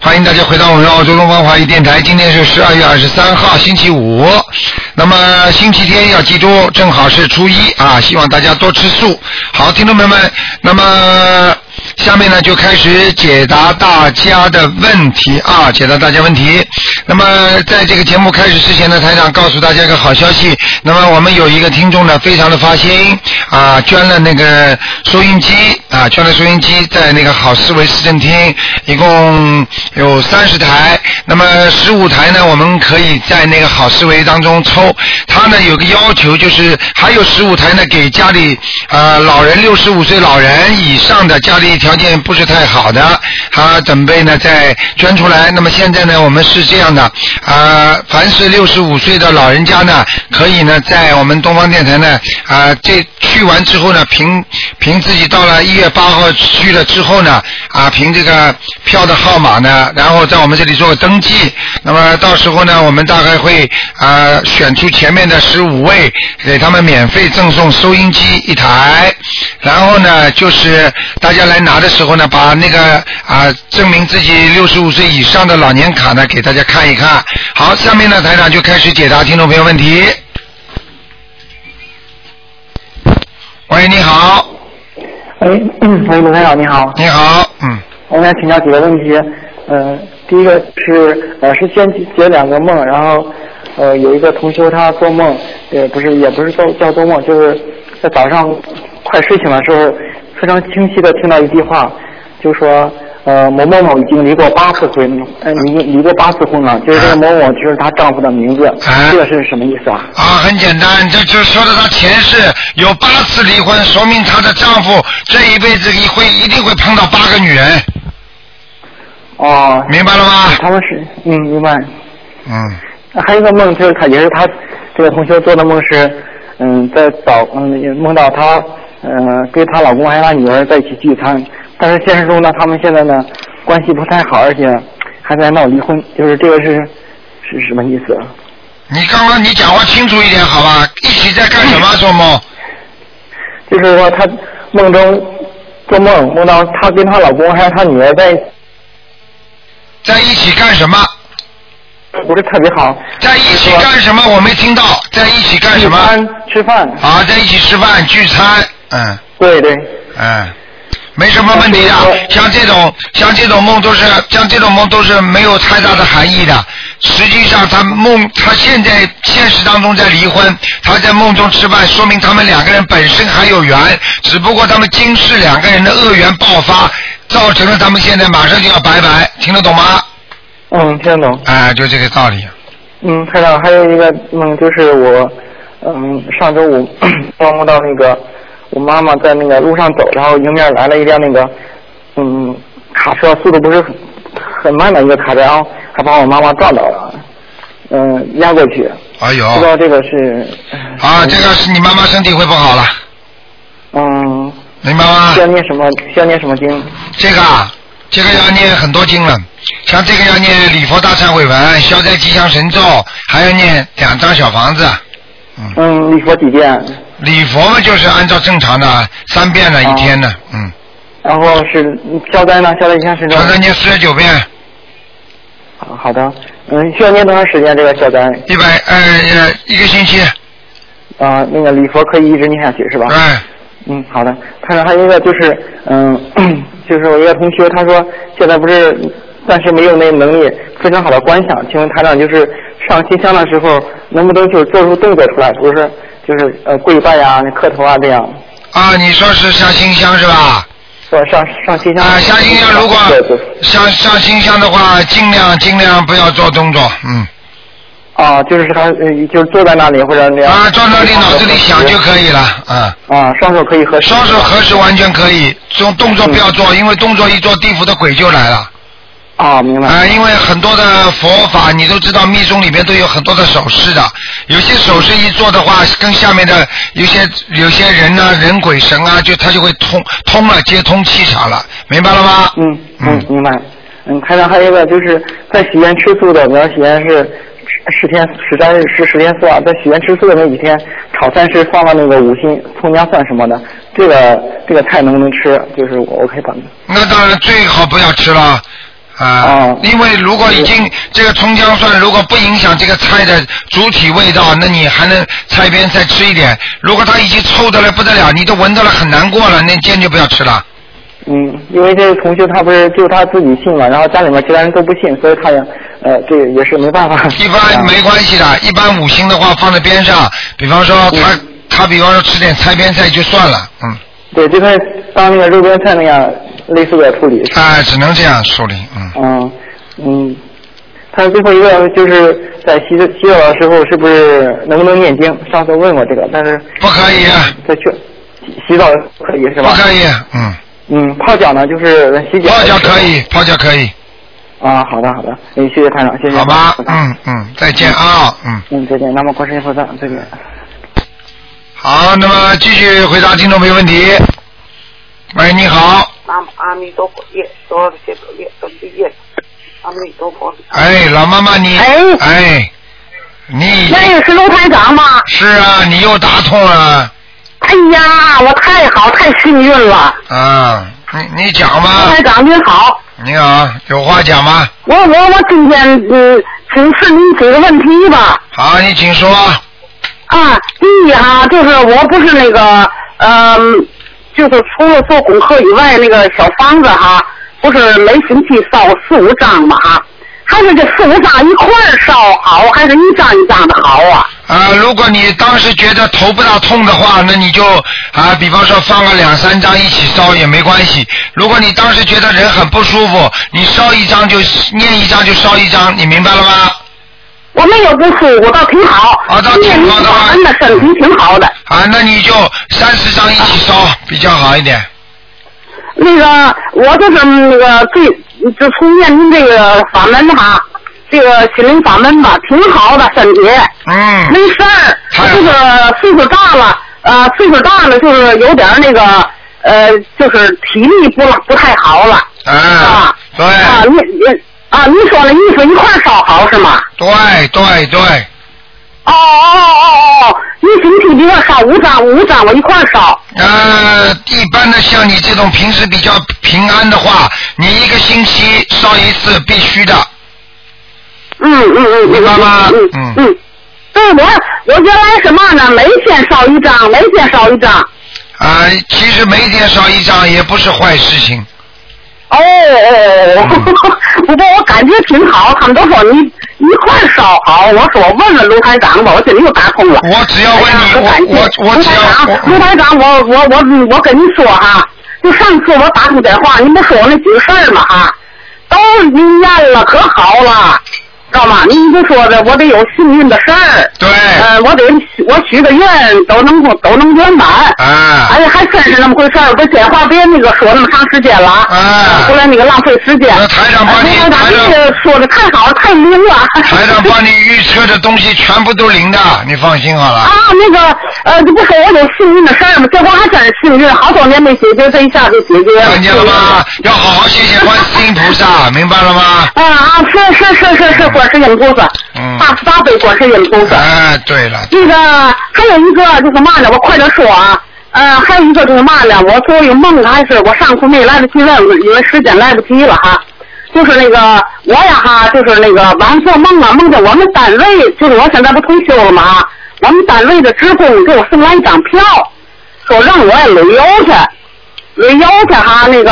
欢迎大家回到我们澳洲东方华语电台。今天是十二月二十三号，星期五。那么星期天要记住，正好是初一啊，希望大家多吃素。好，听众朋友们，那么下面呢就开始解答大家的问题啊，解答大家问题。那么在这个节目开始之前呢，台长告诉大家一个好消息。那么我们有一个听众呢，非常的发心啊，捐了那个收音机啊，捐了收音机在那个好思维市政厅，一共有三十台。那么十五台呢，我们可以在那个好思维当中抽。他呢有个要求，就是还有十五台呢给家里呃老人六十五岁老人以上的家里条件不是太好的，他准备呢再捐出来。那么现在呢，我们是这样的啊、呃凡是六十五岁的老人家呢，可以呢在我们东方电台呢啊、呃这去完之后呢，凭凭自己到了一月八号去了之后呢啊、凭这个票的号码呢，然后在我们这里做个登记。那么到时候呢，我们大概会啊、呃选出前面的十五位，给他们免费赠送收音机一台。然后呢，就是大家来拿的时候呢，把那个啊、证明自己六十五岁以上的老年卡呢，给大家看一看。好，下面呢，台长就开始解答听众朋友问题。喂，你好，哎，喂，卢台长你好，你好，嗯，我想请教几个问题。呃，第一个是呃是先解两个梦，然后呃有一个同修他做梦，也不是也不是做叫做梦，就是在早上快睡醒的时候，非常清晰的听到一句话，就说呃某某某已经离过八次婚，呃离离过八次婚了，就是这个啊某某就是她丈夫的名字，这个是什么意思啊？啊，很简单，这就是说的她前世有八次离婚，说明她的丈夫这一辈子一会一定会碰到八个女人，哦，明白了吗？他们是嗯明白。嗯，还有一个梦，就是他也是他这个同学做的梦是，嗯，在早嗯也梦到她呃跟她老公还有她女儿在一起聚餐，但是现实中呢，他们现在呢关系不太好，而且还在闹离婚，就是这个是是什么意思？啊？你刚刚你讲话清楚一点好吧？一起在干什么做梦？就是说她梦中做梦梦到她跟她老公还有她女儿在一起在一起干什么？不是特别好，在一起干什么？我没听到，在一起干聚什么？餐吃饭，啊，在一起吃饭聚餐，嗯对对，嗯，没什么问题啊的。像这种像这种梦都是像这种梦都是没有太大的含义的。实际上，他梦他现在现实当中在离婚，他在梦中吃饭，说明他们两个人本身还有缘，只不过他们今世两个人的恶缘爆发，造成了他们现在马上就要拜拜，听得懂吗？嗯，听得懂。哎、就这个道理。嗯，台长，还有一个梦就是我，嗯，上周五 做梦到那个我妈妈在那个路上走，然后迎面来了一辆那个嗯卡车，速度不是很很慢的一个卡车，然后还把我妈妈撞倒了，嗯，压过去。哎不知呦，道这个是啊，这个是你妈妈身体会不好了，嗯明白吗？需要念什么需要念什么经？这个啊，这个要念很多经了，像这个要念礼佛大忏悔文、消灾吉祥神咒，还要念两张小房子。嗯，你说几遍？礼佛嘛，就是按照正常的三遍了，一天啊呢，嗯，然后是消灾呢？消灾吉祥神咒常。常念四十九遍，好好的，嗯，需要念多长时间这个消灾？一百呃呃一个星期，啊、那个礼佛可以一直念下去是吧？哎，嗯，好的。他说还有一个就是，嗯， 就是我一个同学，他说现在不是暂时没有那能力非常好的观想，请问台长就是上新香的时候，能不能就是做出动作出来，不是就是呃跪拜呀、磕头啊这样？啊，你说是下新香是吧？说上上新香啊，下新香如果对对上上新香的话，尽量尽量不要做动作，嗯，啊，就是他呃就是坐在那里或者那样啊，坐那里脑子里想就可以了，嗯。啊，双手可以合十嗯双手合十完全可以，动动作不要做，因为动作一做，地府的鬼就来了。啊，明白啊、因为很多的佛法你都知道，密宗里面都有很多的手势的，有些手势一做的话，跟下面的有些有些人呢、人鬼神啊，就他就会通通了，接通气场了，明白了吗？嗯嗯嗯，明白。嗯，台长还有一个就是在许愿吃素的，比方许愿是十十天十斋日十十天素啊，在许愿吃素的那几天，炒菜是放了那个五辛、葱姜蒜什么的，这个这个菜能不能吃？就是我我可以把那当然最好不要吃了。啊哦，因为如果已经这个葱姜蒜如果不影响这个菜的主体味道，那你还能菜边再吃一点。如果它已经臭的了不得了，你都闻到了很难过了，那坚决不要吃了。嗯，因为这个同学他不是就他自己信嘛，然后家里面其他人都不信，所以他也呃这个也是没办法。一般没关系的，一般五星的话放在边上，比方说他他比方说吃点菜边菜就算了，嗯，对，就跟当那个肉边菜那样类似的处理。啊，只能这样处理，嗯，嗯嗯，他最后一个就是在洗手洗手的时候是不是能不能念经？上次问过这个，但是不可以，啊他确洗澡可以是不吧？可以，嗯，嗯，泡脚呢就是洗脚。泡脚可。以，泡脚可以，啊，好的好的，嗯，谢谢台长，谢谢。好吧，嗯嗯，再见啊，嗯。嗯，再见。那么观世音菩萨，再见。好，那么继续回答听众朋友问题。喂，你好，南无阿弥陀佛，耶，所有的解脱业都是业，阿弥陀佛。哎，老妈妈你，哎哎，你那个是卢台长吗？是啊，你又打通了哎呀，我太好，太幸运了！啊，你你讲卢吧台，长您好，你好，有话讲吗？我我我今天嗯，请示您几个问题吧。好，你请说。啊，第一哈、就是我不是那个，嗯，就是除了做功课以外，那个小房子哈、不是每星期烧四五张嘛哈，还是这四五张一块儿烧好，还是一张一张的好啊？啊、如果你当时觉得头不大痛的话，那你就啊、比方说放个两三张一起烧也没关系。如果你当时觉得人很不舒服，你烧一张就念一张就烧一张，你明白了吗？我没有不舒服，倒挺好。啊倒今天挺你好的啊法门的身体挺好的。啊，那你就三十张一起烧、比较好一点。那个，我就是嗯那个最就从念您这个法门哈，这个心灵法门吧，挺好的，身体没哦嗯，事儿。太好就是岁数大了，呃，岁数大了就是有点儿那个呃，就是体力不不太好了啊啊，对，啊。你你啊，你说那衣服一块儿烧好是吗？对对对，哦哦哦哦哦，你星期比我烧五张，五张我一块儿烧。呃，一般的像你这种平时比较平安的话，你一个星期烧一次必须的。嗯嗯嗯，明白吗嗯嗯嗯嗯，对我我原来是嘛呢？每天烧一张，每天烧一张。啊、其实每天烧一张也不是坏事情。哦哦 哦，不过我感觉挺好，他们都说你一块儿烧好。我说我问问卢台长吧，我今天又打通了。我只要哎问呀你，我感谢我我我卢只要我台长，卢台长，我我我我跟你说哈，就上次我打通电话，你不说我那几个事儿吗？哈，都应验了，可好了，知道吗？你就说的，我得有幸运的事儿。对，呃，我得许我许个愿都能够都能圆满。啊哎呀，还真是那么回事儿，我电话别那个说那么长时间了啊，啊后来那个浪费时间。那台长帮你哎台长，台你长这说的太好了，太灵了。台长帮你预测的东西全部都灵的，你放心好了。啊，那个呃，这不说我有幸运的事儿吗？结果还真是幸运，好多年没解决，这一下就解决了。看见了吗？要好好谢谢观世音菩萨，明白了吗？啊啊，是是是是是，观世音菩萨，嗯大慈大悲观世音菩萨。哎，对了，那个还有一个就是嘛呢，我快点说啊。呃，还有一个就是嘛呢，我做有梦还是我上次没来得及问，因为时间来不及了哈。就是那个我呀哈，就是那个晚上做梦啊，梦见我们单位，就是我现在不退休了嘛，我们单位的职工给我送来一张票，说让我旅游去，旅游去哈那个，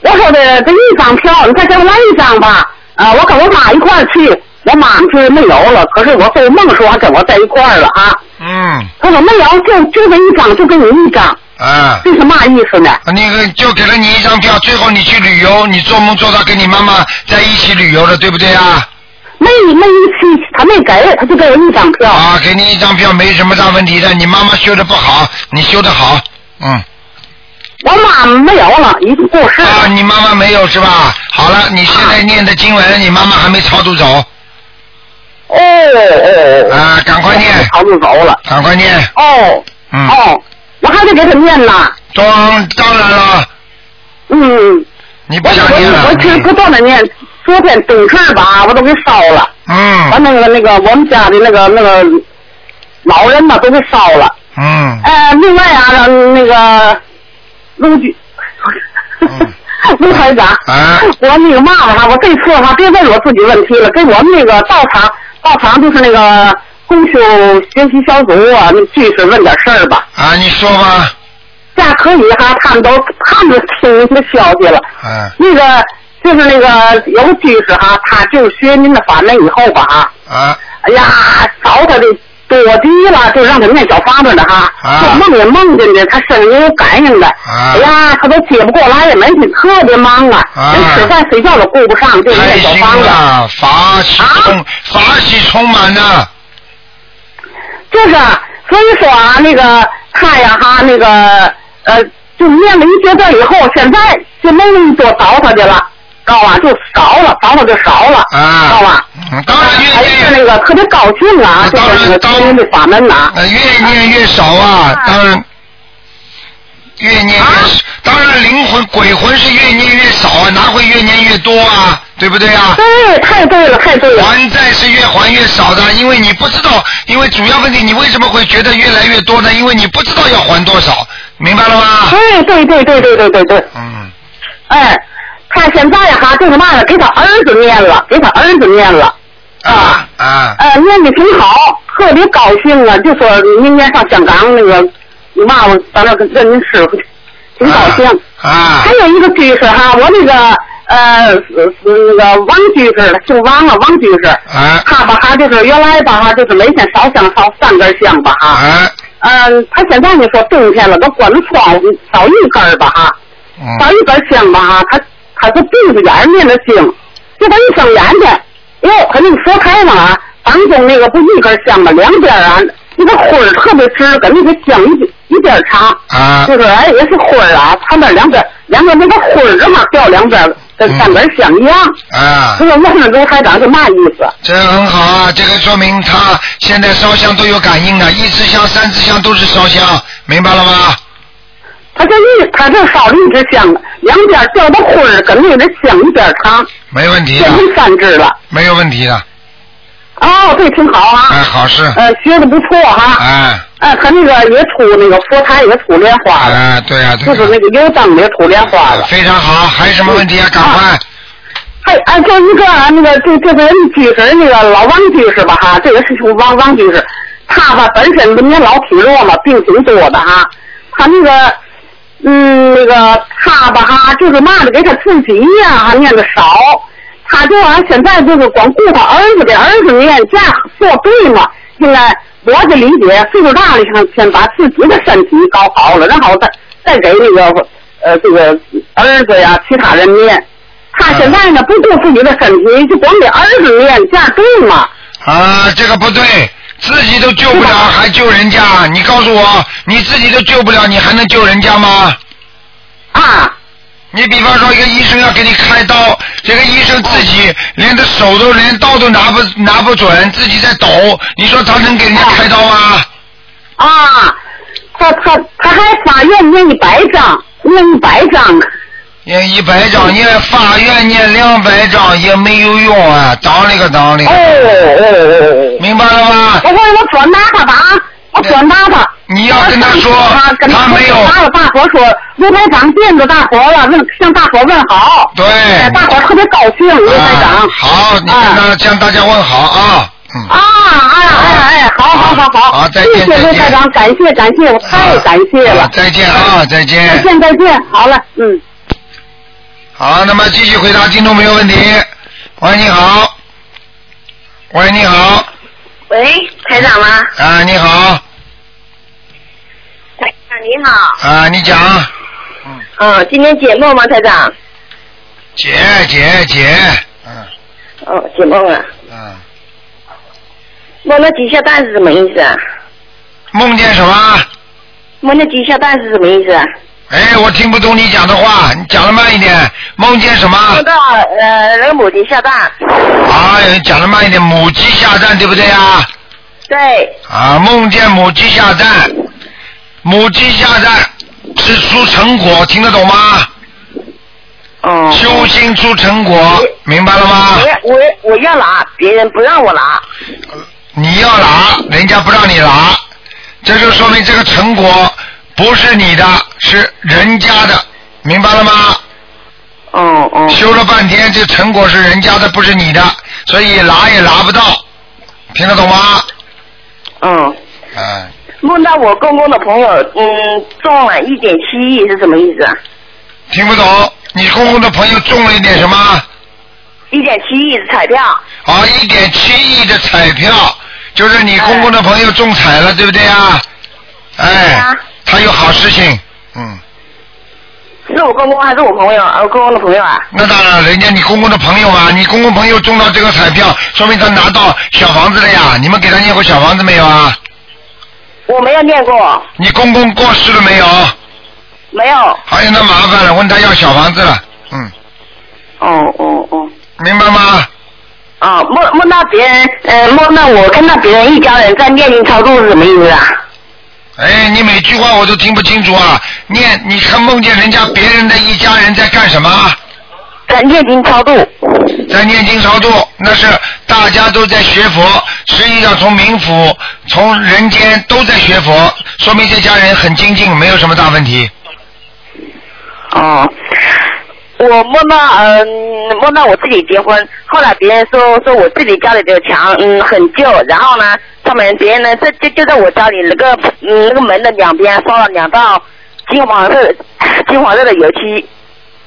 我说的这一张票，你再给我来一张吧。啊，我跟我妈一块儿去，我妈是没有了，可是我做梦说还跟我在一块儿了啊。嗯，他说没有，就就这一张，就给你一张，啊，这是嘛意思呢？那个就给了你一张票，最后你去旅游，你做梦做到跟你妈妈在一起旅游了，对不对啊？没没一期，他没给，他就给我一张票。啊，给你一张票没什么大问题的，你妈妈修的不好，你修的好，嗯，我妈没有了，已经过世了。啊，你妈妈没有是吧？好了，你现在念的经啊文，你妈妈还没超度走，哦哦哦。啊，赶快念，逃不走了。赶快念，哦、嗯，哦，我还得给他念呢。当当然了，嗯，你不我想念我了我，其实不断的念，昨天冬至吧，我都给烧了。把嗯那个那个我们家的那个那个老人吧都给烧了。嗯。呃，另外啊，那个陆局，嗯 陆台长，啊我那个嘛了哈，我这次哈别问我自己问题了，跟我们那个道场道场就是那个公修学习小组啊，那句是问点事儿吧。啊，你说吧，这样可以哈，他们都他们听您的消息了。嗯那个就是那个有个居士哈，他就是学您的法门以后吧哈，啊哎呀，找他的多极了，就让他念小方子的哈，啊做梦也梦见的，他身上也有感应的，哎呀，他都接不过来，也没你特别忙啊，啊哎人吃饭睡觉都顾不上，啊就开念小心方子。了，法喜充法喜充满了，就是啊，所以说啊，那个他呀哈，那个呃，就念了一阶段以后，现在就没那么多倒他的了，知道吧？就少了，倒他就少了，知道啊吧？，哎嗯当然还越是念那个特别高兴啊，就当然是那个当听您的法门呐、呃越念越少啊，当然越念啊越少，当然灵魂鬼魂是越念越少啊，哪会越念越多啊？对不对啊？对，太对了，太对了。还债是越还越少的，因为你不知道，因为主要问题你为什么会觉得越来越多呢？因为你不知道要还多少，明白了吗？对哎对对对对对对对，嗯，哎，他现在呀哈，就是嘛呢，给他儿子念了，给他儿子念了。啊啊呃，念的挺好，特别高兴啊！就说明年上香港那个，你妈我到那儿跟跟您师傅去，挺高兴。啊还有一个居士哈，我那个呃是是那个王居士，姓王啊，王居士，啊他吧哈就是原来吧哈就是每天烧香烧三根香吧哈，啊！嗯，他现在你说冬天了，都关着窗户烧一根儿吧哈，嗯烧一根香吧哈，他他是闭着眼儿念的经，结果一睁眼睛，哟，他那个佛台上啊，当中那个不一根香吗？两边儿啊，那个灰儿特别直，跟那个香一边一边儿长，啊就是哎也是灰儿啊，旁边两边两边那个灰儿正好掉两边儿，跟嗯三根香一样。啊他！说问问卢台长是嘛意思？这很好啊，这个说明他现在烧香都有感应的，啊一支香、三支香都是烧香，明白了吗？他这一他这烧了一支香，两边儿掉的灰儿跟那个香一边儿长，没问题啊变的，成三支了。没有问题的，哦，这挺好哎，啊，好事，呃，学的不错哈。哎哎，他那个也出那个佛台也出莲花了，哎，对啊，就对是那啊，个油灯也出莲花了。非常好，还有什么问题啊？赶快，还哎，就一个啊那个这这个人居士那个老王居士吧哈，这个是姓王王居士，他吧本身年老体弱嘛，病挺多的哈，他那个。嗯，那个他吧哈，就是嘛的，给他自己呀、还念的少，他就啊，现在就是光顾他儿子给儿子念，这样做对吗？现在我的理解，岁数大了，想先把自己的身体搞好了，然后再再给那个呃这个儿子呀、其他人念。他现在呢，不顾自己的身体，就光给儿子念，这样对吗？啊，这个不对，自己都救不了，还救人家？你告诉我，你自己都救不了，你还能救人家吗？啊，你比方说一个医生要给你开刀，这个医生自己连他手都连刀都拿不拿不准，自己在抖，你说他能给人家开刀吗？啊，他他他还发愿念一百张，念一百张。啊念一百掌，念法院念两百掌也没有用啊！当那个当那个，哦哦哦哦！明白了吗我？说我转达他吧啊，我转达他。你要跟他说啊跟他没有转达了大伙说，卢台长见着大伙了，问向大伙问好。对哎大伙特别高兴，卢台啊长。，好，你跟他向大家问好啊，嗯，啊哎哎哎，好好好好，好再见谢谢再见卢台长，感谢感谢，我太感谢啊了，再见啊，再再见。见再见，好了，嗯。好，那么继续回答听众朋友问题。喂，你好。喂，你好。喂，台长吗？啊，你好。台长你好。啊，你讲，嗯，今天解梦吗，台长？姐姐姐，嗯哦，解梦了。嗯，梦那几下蛋是什么意思啊？梦见什么？梦那几下蛋是什么意思啊？哎，我听不懂你讲的话，你讲的慢一点。梦见什么？梦到呃那个母鸡下蛋。哎呀，讲的慢一点。母鸡下蛋，对不对啊？对，啊，梦见母鸡下蛋，母鸡下蛋是出成果，听得懂吗？哦、修心出成果，明白了吗我？要我要我要拿，别人不让我拿。你要拿，人家不让你拿，这就说明这个成果不是你的，是人家的，明白了吗？哦哦修了半天，这成果是人家的，不是你的，所以拿也拿不到，听得懂吗？哦，嗯，梦到我公公的朋友，嗯，中了一点七亿是什么意思啊？听不懂。你公公的朋友中了一点什么？一点七亿是彩票。啊，一点七亿的彩票，就是你公公的朋友中彩了，对不对啊？对哎啊，他有好事情，嗯，是我公公还是我朋友？啊，我公公的朋友啊？那当然，人家你公公的朋友啊，你公公朋友中到这个彩票，说明他拿到小房子了呀。你们给他念过小房子没有啊？我没有念过，你公公过世了没有？没有。还有那麻烦了，问他要小房子了，嗯，哦哦哦。明白吗？哦，梦梦到别人，呃，梦到我看到别人一家人在念经操作是什么意思啊？哎，你每句话我都听不清楚啊！念，你看梦见人家别人的一家人在干什么啊？在念经超度。在念经超度，那是大家都在学佛，实际上从冥府、从人间都在学佛，说明这家人很精进，没有什么大问题。哦，我梦到嗯、梦到我自己结婚，后来别人说说我自己家里的墙嗯很旧，然后呢，他们别人呢在就就在我家里那个嗯那个门的两边刷了两道金黄色的金黄色的油漆，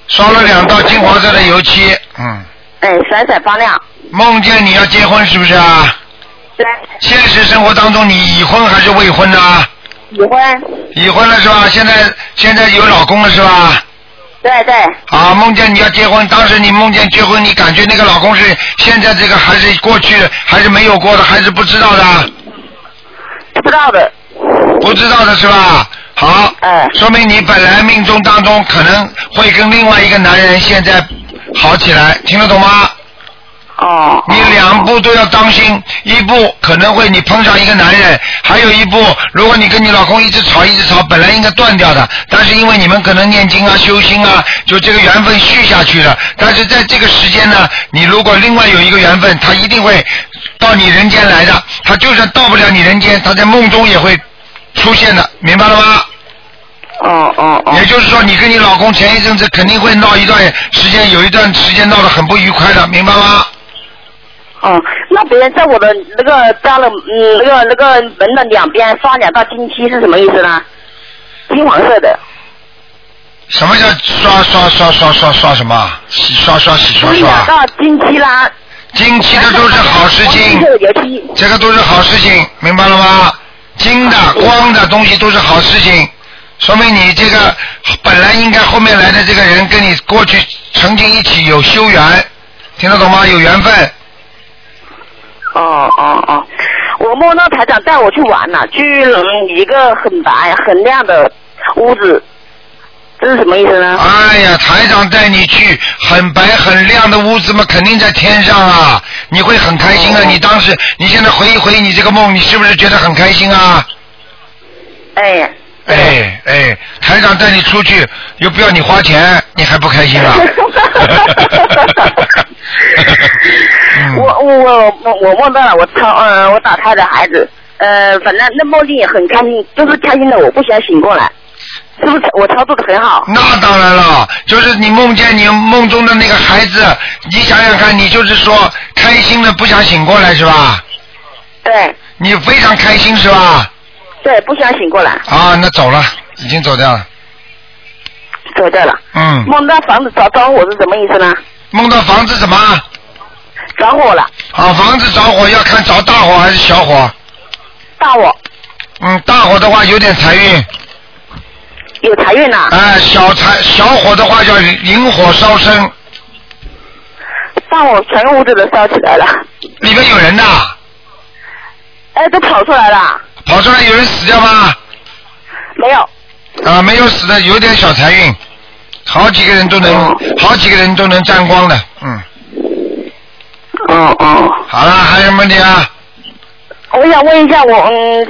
烧了两道金黄色的油漆，嗯，哎闪闪发亮。梦见你要结婚是不是啊？对，现实生活当中你已婚还是未婚呢、已婚。已婚了是吧？现在现在有老公了是吧？对对，啊，梦见你要结婚，当时你梦见结婚，你感觉那个老公是现在这个还是过去还是没有过的，还是不知道的？不知道的。不知道的是吧？好，哎说明你本来命中当中可能会跟另外一个男人现在好起来，听得懂吗？哦。你两步都要当心，一步可能会你碰上一个男人，还有一步，如果你跟你老公一直吵一直吵，本来应该断掉的，但是因为你们可能念经啊、修心啊，就这个缘分续下去了。但是在这个时间呢，你如果另外有一个缘分，他一定会到你人间来的。他就算到不了你人间，他在梦中也会出现的，明白了吗？哦哦哦。也就是说，你跟你老公前一阵子肯定会闹一段时间，有一段时间闹得很不愉快的，明白吗？哦，那别人在我的那个家的嗯那个那个门的两边刷两道金漆是什么意思呢？金黄色的，什么叫刷刷刷刷刷刷什么？洗刷刷洗不刷是两刷。道金漆啦。金漆的都是好事情，油漆。这个都是好事情，明白了吗？金的、光的东西都是好事情，说明你这个本来应该后面来的这个人跟你过去曾经一起有修缘，听得懂吗？有缘分。哦哦哦，我梦到台长带我去玩了，去嗯一个很白很亮的屋子，这是什么意思呢？哎呀，台长带你去很白很亮的屋子嘛，肯定在天上啊，你会很开哦心啊！你当时，你现在回忆回忆你这个梦，你是不是觉得很开心啊？ 哎。哎哎，台长带你出去又不要你花钱，你还不开心 啊？嗯我我我我我梦到了我超呃我打胎的孩子，呃反正那梦境也很开心，就是开心的我不想醒过来，是不是我操作的很好？ 那当然了，就是你梦见你梦中的那个孩子，你想想看，你就是说开心的不想醒过来是吧？对你非常开心是吧？对，不想醒过来，啊，那走了，已经走掉了。走掉了。嗯，梦到房子着着火是什么意思呢？梦到房子怎么？着火了，啊，房子着火要看着大火还是小火。大火嗯，大火的话有点财运，有财运啊呐、哎、小财小火的话叫引火烧身，大火全屋子都烧起来了，里面有人呐，哎都跑出来了，跑出来有人死掉吗？没有。啊，没有死的，有点小财运，好几个人都能，好几个人都能沾光的，嗯，哦哦，好了，还有什么问题啊？我想问一下我嗯。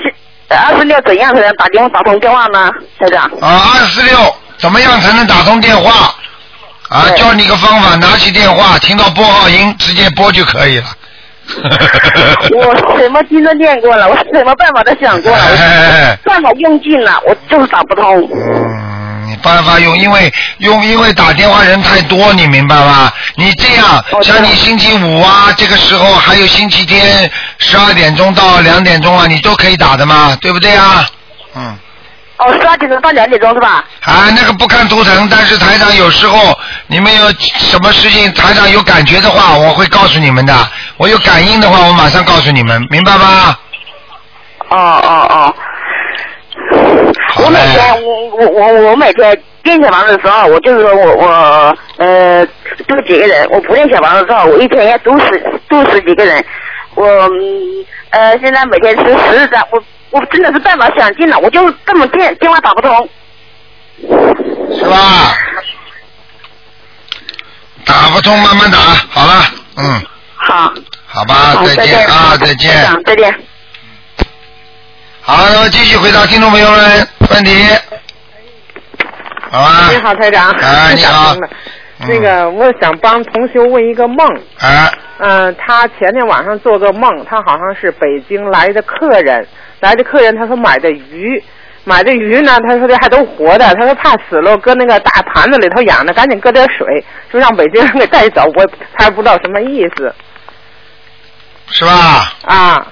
二十六怎样才能打电话打通电话呢，台长？啊，二四六，怎么样才能打通电话？啊，对教你个方法，拿起电话，听到拨号音，直接拨就可以了。我什么经都练过了，我什么办法都想过了，哎哎哎我办法用尽了，我就是打不通。嗯，你办法用，因为用因为打电话人太多，你明白吧？你这样，像你星期五啊，这个时候还有星期天十二点钟到两点钟啊，你都可以打的嘛，对不对啊？嗯。哦，十二点钟到两点钟是吧？啊，那个不看图腾，但是台长有时候你们有什么事情，台长有感觉的话，我会告诉你们的。我有感应的话，我马上告诉你们，明白吧？啊哦哦哦。好我每嘞天我我我我每天练小房子的时候，我就是说我我呃就几个人，我不练小房子的时候，我一天要读十读十几个人，我嗯呃现在每天吃十张，我我真的是办法想尽了，我就根本电电话打不通。是吧？打不通，慢慢打，好了，嗯，好，好吧好，，再见见啊，再再见。再见。好，那么继续回答听众朋友们问题。好吧。你好，台长。哎啊是你好打通的 嗯那个，我想帮同修问一个梦。哎，嗯、他前天晚上做个梦，他好像是北京来的客人，来的客人，他说买的鱼，买的鱼呢，他说这还都活的，他说怕死了，搁那个大盘子里头养着，赶紧搁点水，就让北京人给带走，我 他也不知道什么意思是吧？啊。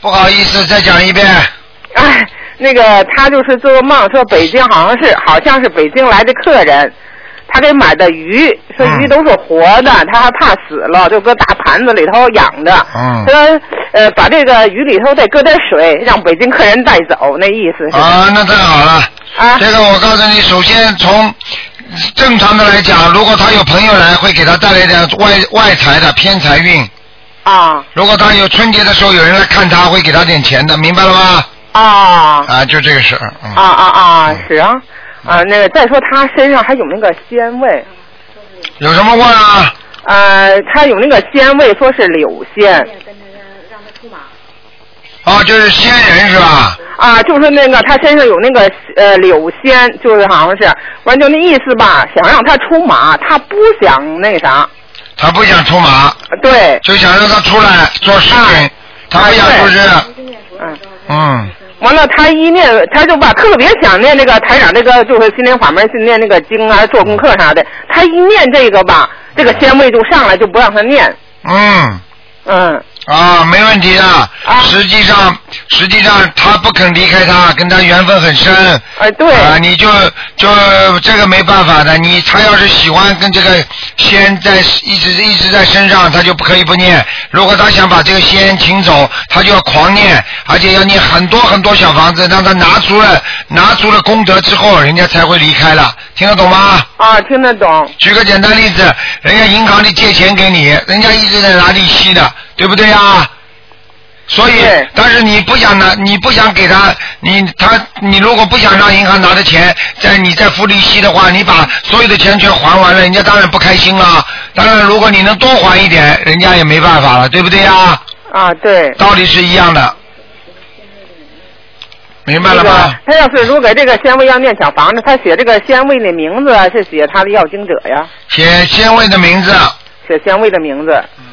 不好意思，再讲一遍。哎，那个他就是做个梦，说北京好像是好像是北京来的客人，他给买的鱼，说嗯鱼都是活的，他还怕死了，就搁大盘子里头养着。嗯他说呃，把这个鱼里头再搁点水，让北京客人带走，那意思是啊，那太好了。啊这个我告诉你，首先从正常的来讲，如果他有朋友来，会给他带来一点外外财的偏财运。啊如果他有春节的时候有人来看他，会给他点钱的，明白了吗？啊啊，就这个事儿。嗯啊啊啊，是啊啊，那个再说他身上还有那个鲜味，有什么问啊？呃，他有那个鲜味，说是柳鲜。哦，就是仙人是吧？啊，就是那个他身上有那个呃柳仙，就是好像是，完就那意思吧，想让他出马，他不想那啥，他不想出马，对，就想让他出来做事情啊，他不想啊对出去。嗯，嗯，完了他一念，他就吧特别想念那个台长那个就是心灵法门训练那个经啊，做功课啥的，他一念这个吧，这个仙味就上来，就不让他念，嗯。嗯，啊，没问题的。实际上，实际上他不肯离开他，跟他缘分很深。哎对，啊，你就就这个没办法的。你他要是喜欢跟这个仙在一直一直在身上，他就不可以不念。如果他想把这个仙请走，他就要狂念，而且要念很多很多小房子，让他拿出了拿出了功德之后，人家才会离开了。听得懂吗？啊，听得懂，举个简单例子，人家银行里借钱给你，人家一直在拿利息的，对不对啊？所以对，但是你不想拿，你不想给他，你他你如果不想让银行拿的钱，在你再付利息的话，你把所有的钱全还完了，人家当然不开心了。当然，如果你能多还一点，人家也没办法了，对不对啊？啊，对。道理是一样的，明白了吗？那个、他要是如果这个仙位要念小房子，他写这个仙位的名字啊，是写他的要经者呀，写先位的名字，写仙位的名字。嗯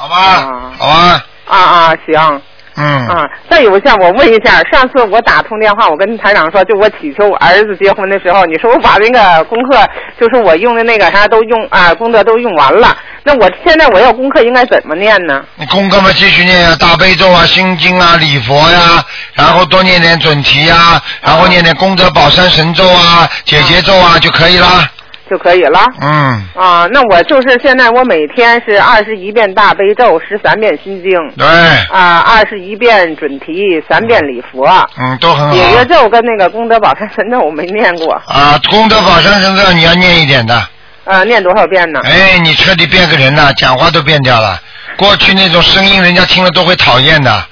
好吧嗯？好啊，啊啊，行嗯。啊。再有一下，我问一下，上次我打通电话，我跟台长说，就我祈求我儿子结婚的时候，你说我把那个功课，就是我用的那个啥都用啊，功德都用完了。那我现在我要功课应该怎么念呢？你功课嘛，继续念呀，大悲咒啊、心经啊、礼佛呀、然后多念点准提呀、然后念点功德宝山神咒啊、解结咒啊就可以啦。就可以了。嗯，啊，那我就是现在我每天是二十一遍大悲咒，十三遍心经，对，啊，二十一遍准提，三遍礼佛。嗯，都很解好约。咒跟那个功德宝山神咒我没念过，啊，功德宝山神咒你要念一点的。呃，念多少遍呢？哎，你彻底变个人了，讲话都变掉了。过去那种声音，人家听了都会讨厌的。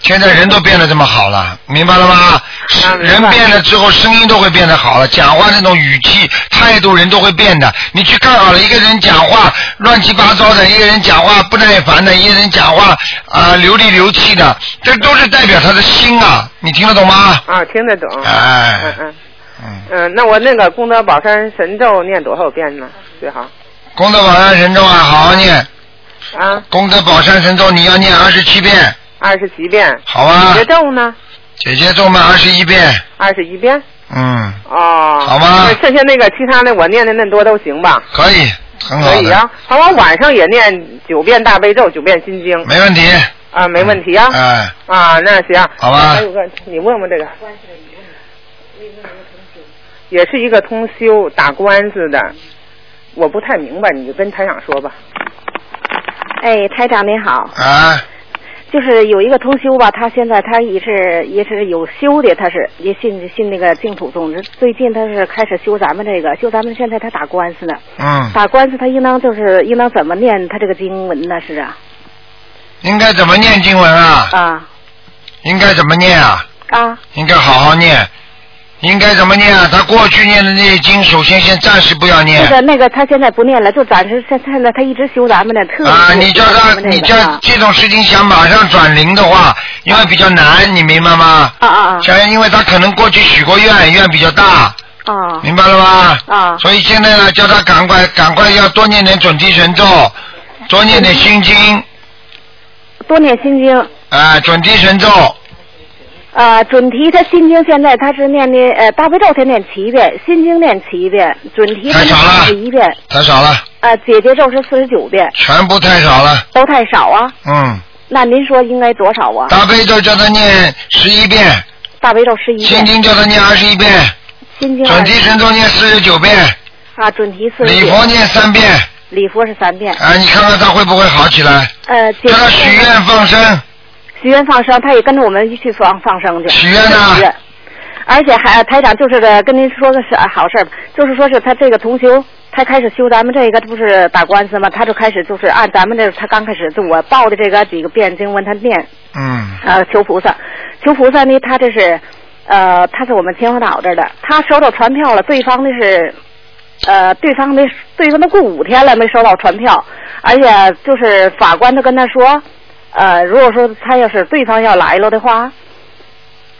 现在人都变得这么好了，明白了吗？是啊明白人变了之后，声音都会变得好了，讲话那种语气、态度，人都会变的。你去看好了，一个人讲话乱七八糟的，一个人讲话不耐烦的，一个人讲话啊、流里流气的，这都是代表他的心啊。你听得懂吗？啊，听得懂。哎嗯，嗯嗯，嗯，那我那个功德宝山神咒念多少遍呢？最好功德宝山神咒啊，好好念。啊，功德宝山神咒你要念二十七遍，二十七遍。好啊。解咒呢？姐姐咒骂二十一遍，二十一遍。嗯，哦，好吗就是剩下那个其他的我念的那么多都行吧？可以，很可好以的，啊，好，我晚上也念九遍大悲咒，九遍心经没问题，啊，没问题啊。哎，啊，那行，好吧还有个，你问问这个，也是一个通修打官司的，我不太明白，你就跟台长说吧。哎，台长您好，啊，就是有一个同修吧，他现在他也是也是有修的，他是也信信那个净土宗，最近他是开始修咱们这个，修咱们现在他打官司呢，嗯，打官司他应当就是应当怎么念他这个经文呢？是啊，应该怎么念经文啊？啊应该怎么念啊？啊应该好好念，应该怎么念啊？他过去念的那些经，首先先暂时不要念那。个那个他现在不念了，就暂时现现在他一直修咱们的，特别啊，是你叫修他咱，们你这叫个啊这种事情想马上转灵的话，因为比较难，你明白吗？啊啊想，因为他可能过去许过愿，愿比较大，啊明白了吗？啊所以现在呢，叫他赶快赶快要多念点准提神咒，多念点心经，多念心经。啊、准提神咒，呃，准提他心经现在他是念的呃大悲咒，他念七遍，心经念七遍，准提他太念少四了十一遍，太少了，呃，姐姐咒是四十九遍，全部太少了，都太少啊。嗯，那您说应该多少啊？大悲咒叫他念十一遍，大悲咒十一心遍，经叫他念二十一遍，心经准二提神咒念四十九遍，啊，准提四十礼九，佛念三遍，礼佛是三遍。啊、你看看他会不会好起来？呃，姐叫他姐许愿放生，许愿放生，他也跟着我们一起放放生去。许愿呢许愿而且还台长就是个跟您说个是好事儿吧，就是说是他这个同修，他开始修咱们这个，这不是打官司嘛，他就开始就是按咱们这他刚开始就我报的这个几个遍经文，他念嗯，呃求菩萨，求菩萨呢，他这是呃他是我们秦皇岛这儿的，他收到传票了，对方的是呃，对方没，对方都过五天了没收到传票，而且就是法官都跟他说，呃，如果说他要是对方要来了的话，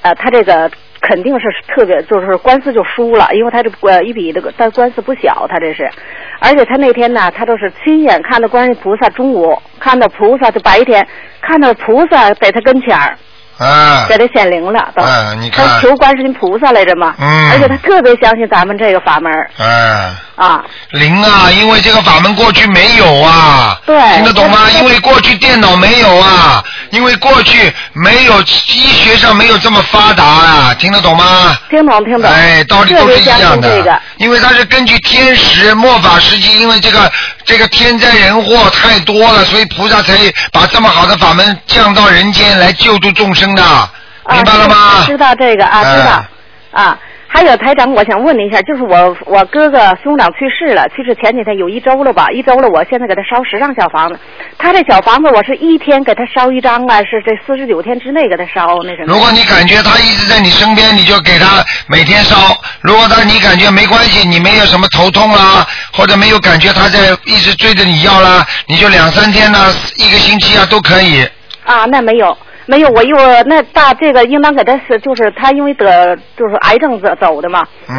呃，他这个肯定是特别就是官司就输了，因为他这呃一笔这个但官司不小，他这是，而且他那天呢，他就是亲眼看到观世菩萨中午看到菩萨就白天看到菩萨在他跟前儿，啊，给他显灵了都，啊你看他求观世音菩萨来着嘛，嗯而且他特别相信咱们这个法门儿啊。啊。灵啊，因为这个法门过去没有啊，对听得懂吗？就是因为过去电脑没有啊，因为过去没有医学上没有这么发达啊，听得懂吗？听懂听懂，哎，道理特都别是一相样信的，这个，因为它是根据天时末法时期，因为这个这个天灾人祸太多了，所以菩萨才把这么好的法门降到人间来救度众生的，啊明白了吗？知道这个啊，哎知道、啊。还有台长，我想问您一下，就是我我哥哥兄长去世了，去世前几天有一周了吧，一周了，我现在给他烧十张小房子，他这小房子我是一天给他烧一张啊，是这四十九天之内给他烧那什么。如果你感觉他一直在你身边，你就给他每天烧；如果他你感觉没关系，你没有什么头痛啦，或者没有感觉他在一直追着你要啦，你就两三天呢，一个星期啊都可以。啊，那没有，没有，我又那大这个应当给他是就是他因为得就是癌症走走的嘛，嗯，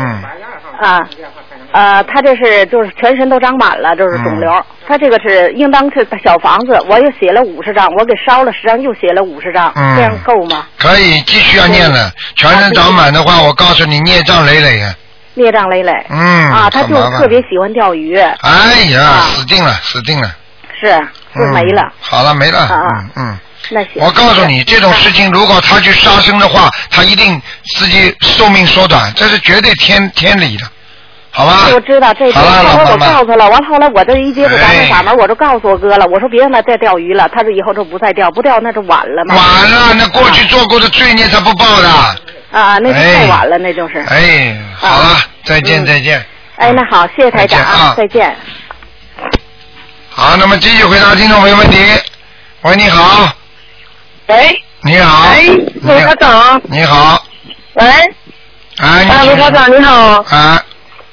啊，呃，他这是就是全身都长满了，就是肿瘤。嗯他这个是应当是小房子，我又写了五十张，我给烧了十张，又写了五十张，嗯这样够吗？可以继续要念了。全身长满的话，我告诉你，孽障累累啊。孽障累累。嗯，啊，他很就麻烦特别。喜欢钓鱼，哎呀啊，死定了，死定了，是就没了。嗯好了，没了。啊啊嗯嗯。那行，我告诉你，这种事情如果他去杀生的话，他一定自己寿命缩短，这是绝对天天理的，好吧？我知道这个，好了，老后来妈我告妈诉。他了，完了后来我这一接触咱哎们法门，我就告诉我哥了，我说别让他再钓鱼了，他说以后就不再钓，不钓那就晚了嘛。完了，那过去做过的罪孽他不报的。啊，那就哎太晚了，那就是。哎，好了，再见嗯再见。哎，那好，谢谢台长啊再啊再见。好，那么继续回答听众朋友问题。喂，你好，喂，你好，喂，你卢好科长，你好，喂，哎，啊，你卢请科长你好，啊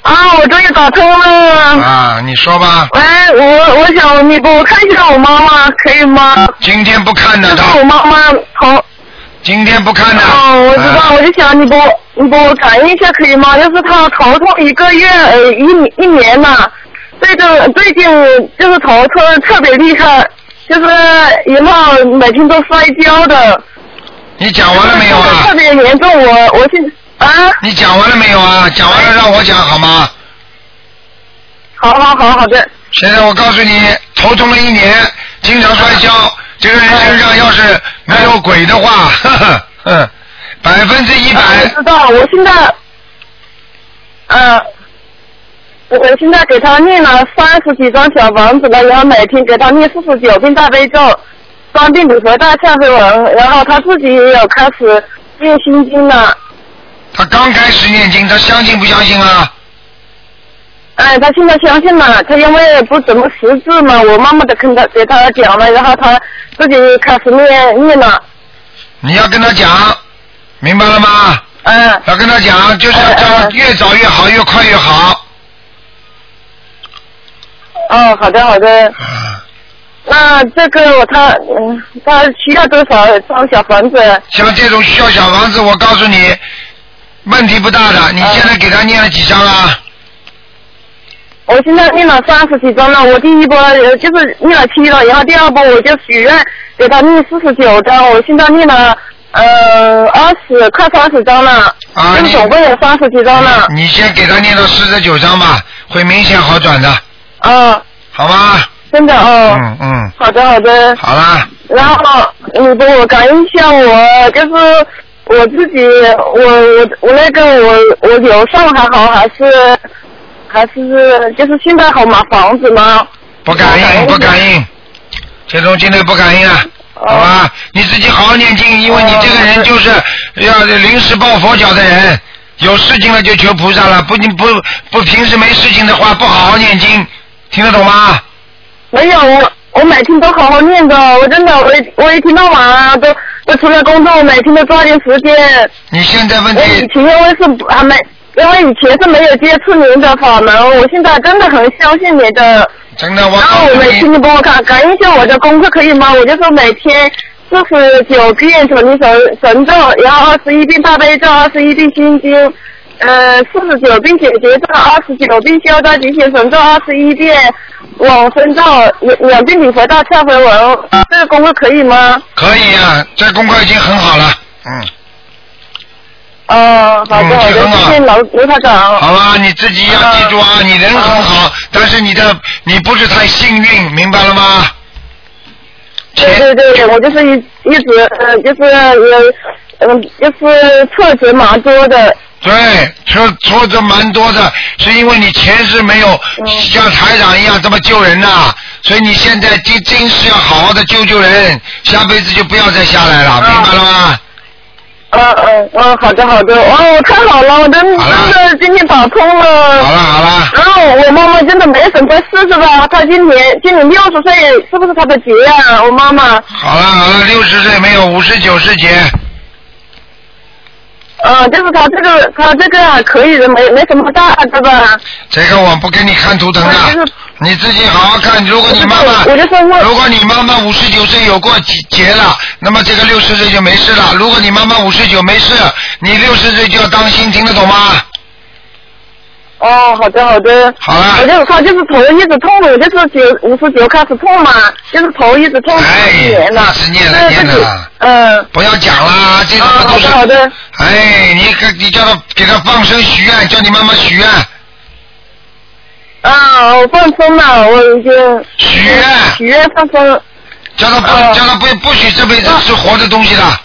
啊，我终于打通了。啊，你说吧，喂，我我想你给我看一下我妈妈，可以吗？今天不看的就他是我，妈妈，好，今天不看的。哦，我知哎道，我就想你给我，你给我感应一下可以吗？就是他头痛一个月，呃，一年一年呐，最近最近就是头痛特别厉害，就是以后每天都摔跤的，你讲完了没有啊？特别严重，我我现啊，你讲完了没有啊？讲完了让我讲好吗？好好好好的，现在我告诉你，头痛了一年，经常摔跤，这个人身上要是没有鬼的话， 呵呵，嗯，百分之一我百知道，我现在，呃，我我现在给他念了三十几张小房子了，然后每天给他念四十九遍大悲咒，三遍礼佛大忏悔文，然后他自己也有开始念心经了。他刚开始念经，他相信不相信啊？哎，他现在相信了，他因为不怎么识字嘛，我慢慢的跟他给他讲了，然后他自己开始念念了，你要跟他讲，明白了吗？嗯，要跟他讲，就是要叫他越早越好，越快越好。哦，好的好的，嗯那这个我他嗯，他需要多少张小房子？像这种需要小房子，我告诉你，问题不大嗯的。你现在给他念了几张啊？我现在念了三十几张了，我第一波呃就是念了七了，然后第二波我就许愿给他念四十九张，我现在念了呃二十快三十张了，啊就是你总共有三十几张了，你先给他念到四十九张吧，会明显好转的，啊，好吗？真的哦，嗯嗯，好的好的，好啦，然后你给我感应一下我，就是我自己，我我我那个我我有上还好还是还是就是现在好买房子吗？不感应不感应，这种今天不感应了。哦好吧，你自己好好念经，因为你这个人就是要临时抱佛脚的人，有事情了就求菩萨了，不不不，平时没事情的话不好好念经，听得懂吗？没有，我我每天都好好念的，我真的我一我一天到晚啊，都都除了工作，我每天都抓紧时间。你现在问我以题，前因为是还没，因为以前是没有接触您的法门，我现在真的很相信你的。真的，我然告后我诉每天你，你帮我看，感应一下我的功课可以吗？我就说每天四十九遍准提神神咒，然后二十一遍大悲咒，二十一遍心经，呃，四十九遍解结咒，二十九遍消灾吉祥神咒，二十一遍往生咒，两两遍礼佛大忏悔文，这个功课可以吗？可以啊，这功课已经很好了，嗯，哦，好嗯的，这好很的，好谢谢卢卢台长。哦好吧，你自己要记住啊，你人很好，但是你的你不是太幸运，明白了吗？对钱对对，我就是一一直呃，就是呃，嗯，就是挫折蛮多的。对，挫挫折蛮多的，是因为你前世没有嗯像台长一样这么救人呐、所以你现在今今世要好好的救救人，下辈子就不要再下来了，明白了吗？嗯嗯嗯，好的好的，哦，太好了，我真真好了的今天打通好了。了好了，然后我妈妈真的没什么事是吧？她今年今年六十岁，是不是她的节啊？我妈妈，好了好了，六十岁没有，五十九十节。呃，就是她这个她这个还可以的，没没什么大对吧？这个我不给你看图腾我就的是，你自己好好看。如果你妈妈我就说问，如果你妈妈五十九岁有过结节了，那么这个六十岁就没事了。如果你妈妈五十九没事，你六十岁就要当心，听得懂吗？哦，好的好的。好了我就是她就是头一直痛的，就是九五十九开始痛嘛，就是头一直痛哎一年了。一直念了就是念了嗯。啊不要讲啦，这啊，种好都是的。好的。哎，你给你叫他给他放生许愿，叫你妈妈许愿，啊，我放松了，我已经许愿许愿放松了。叫他不、哦叫他不不许这辈子吃活的东西了。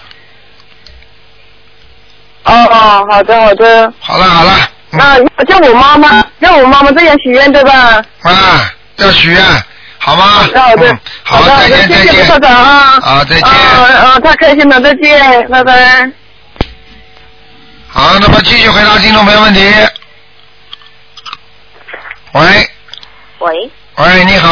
哦哦，好的好的。好了好了，嗯那叫我妈妈，叫我妈妈这样许愿对吧？啊，要许愿，好吗？好的好的嗯，好，的好再的，见再谢谢见卢。社长啊。好再见啊啊，太开心了，再见，拜拜。好，那么继续回答听众朋友问题。喂，喂，喂，你好，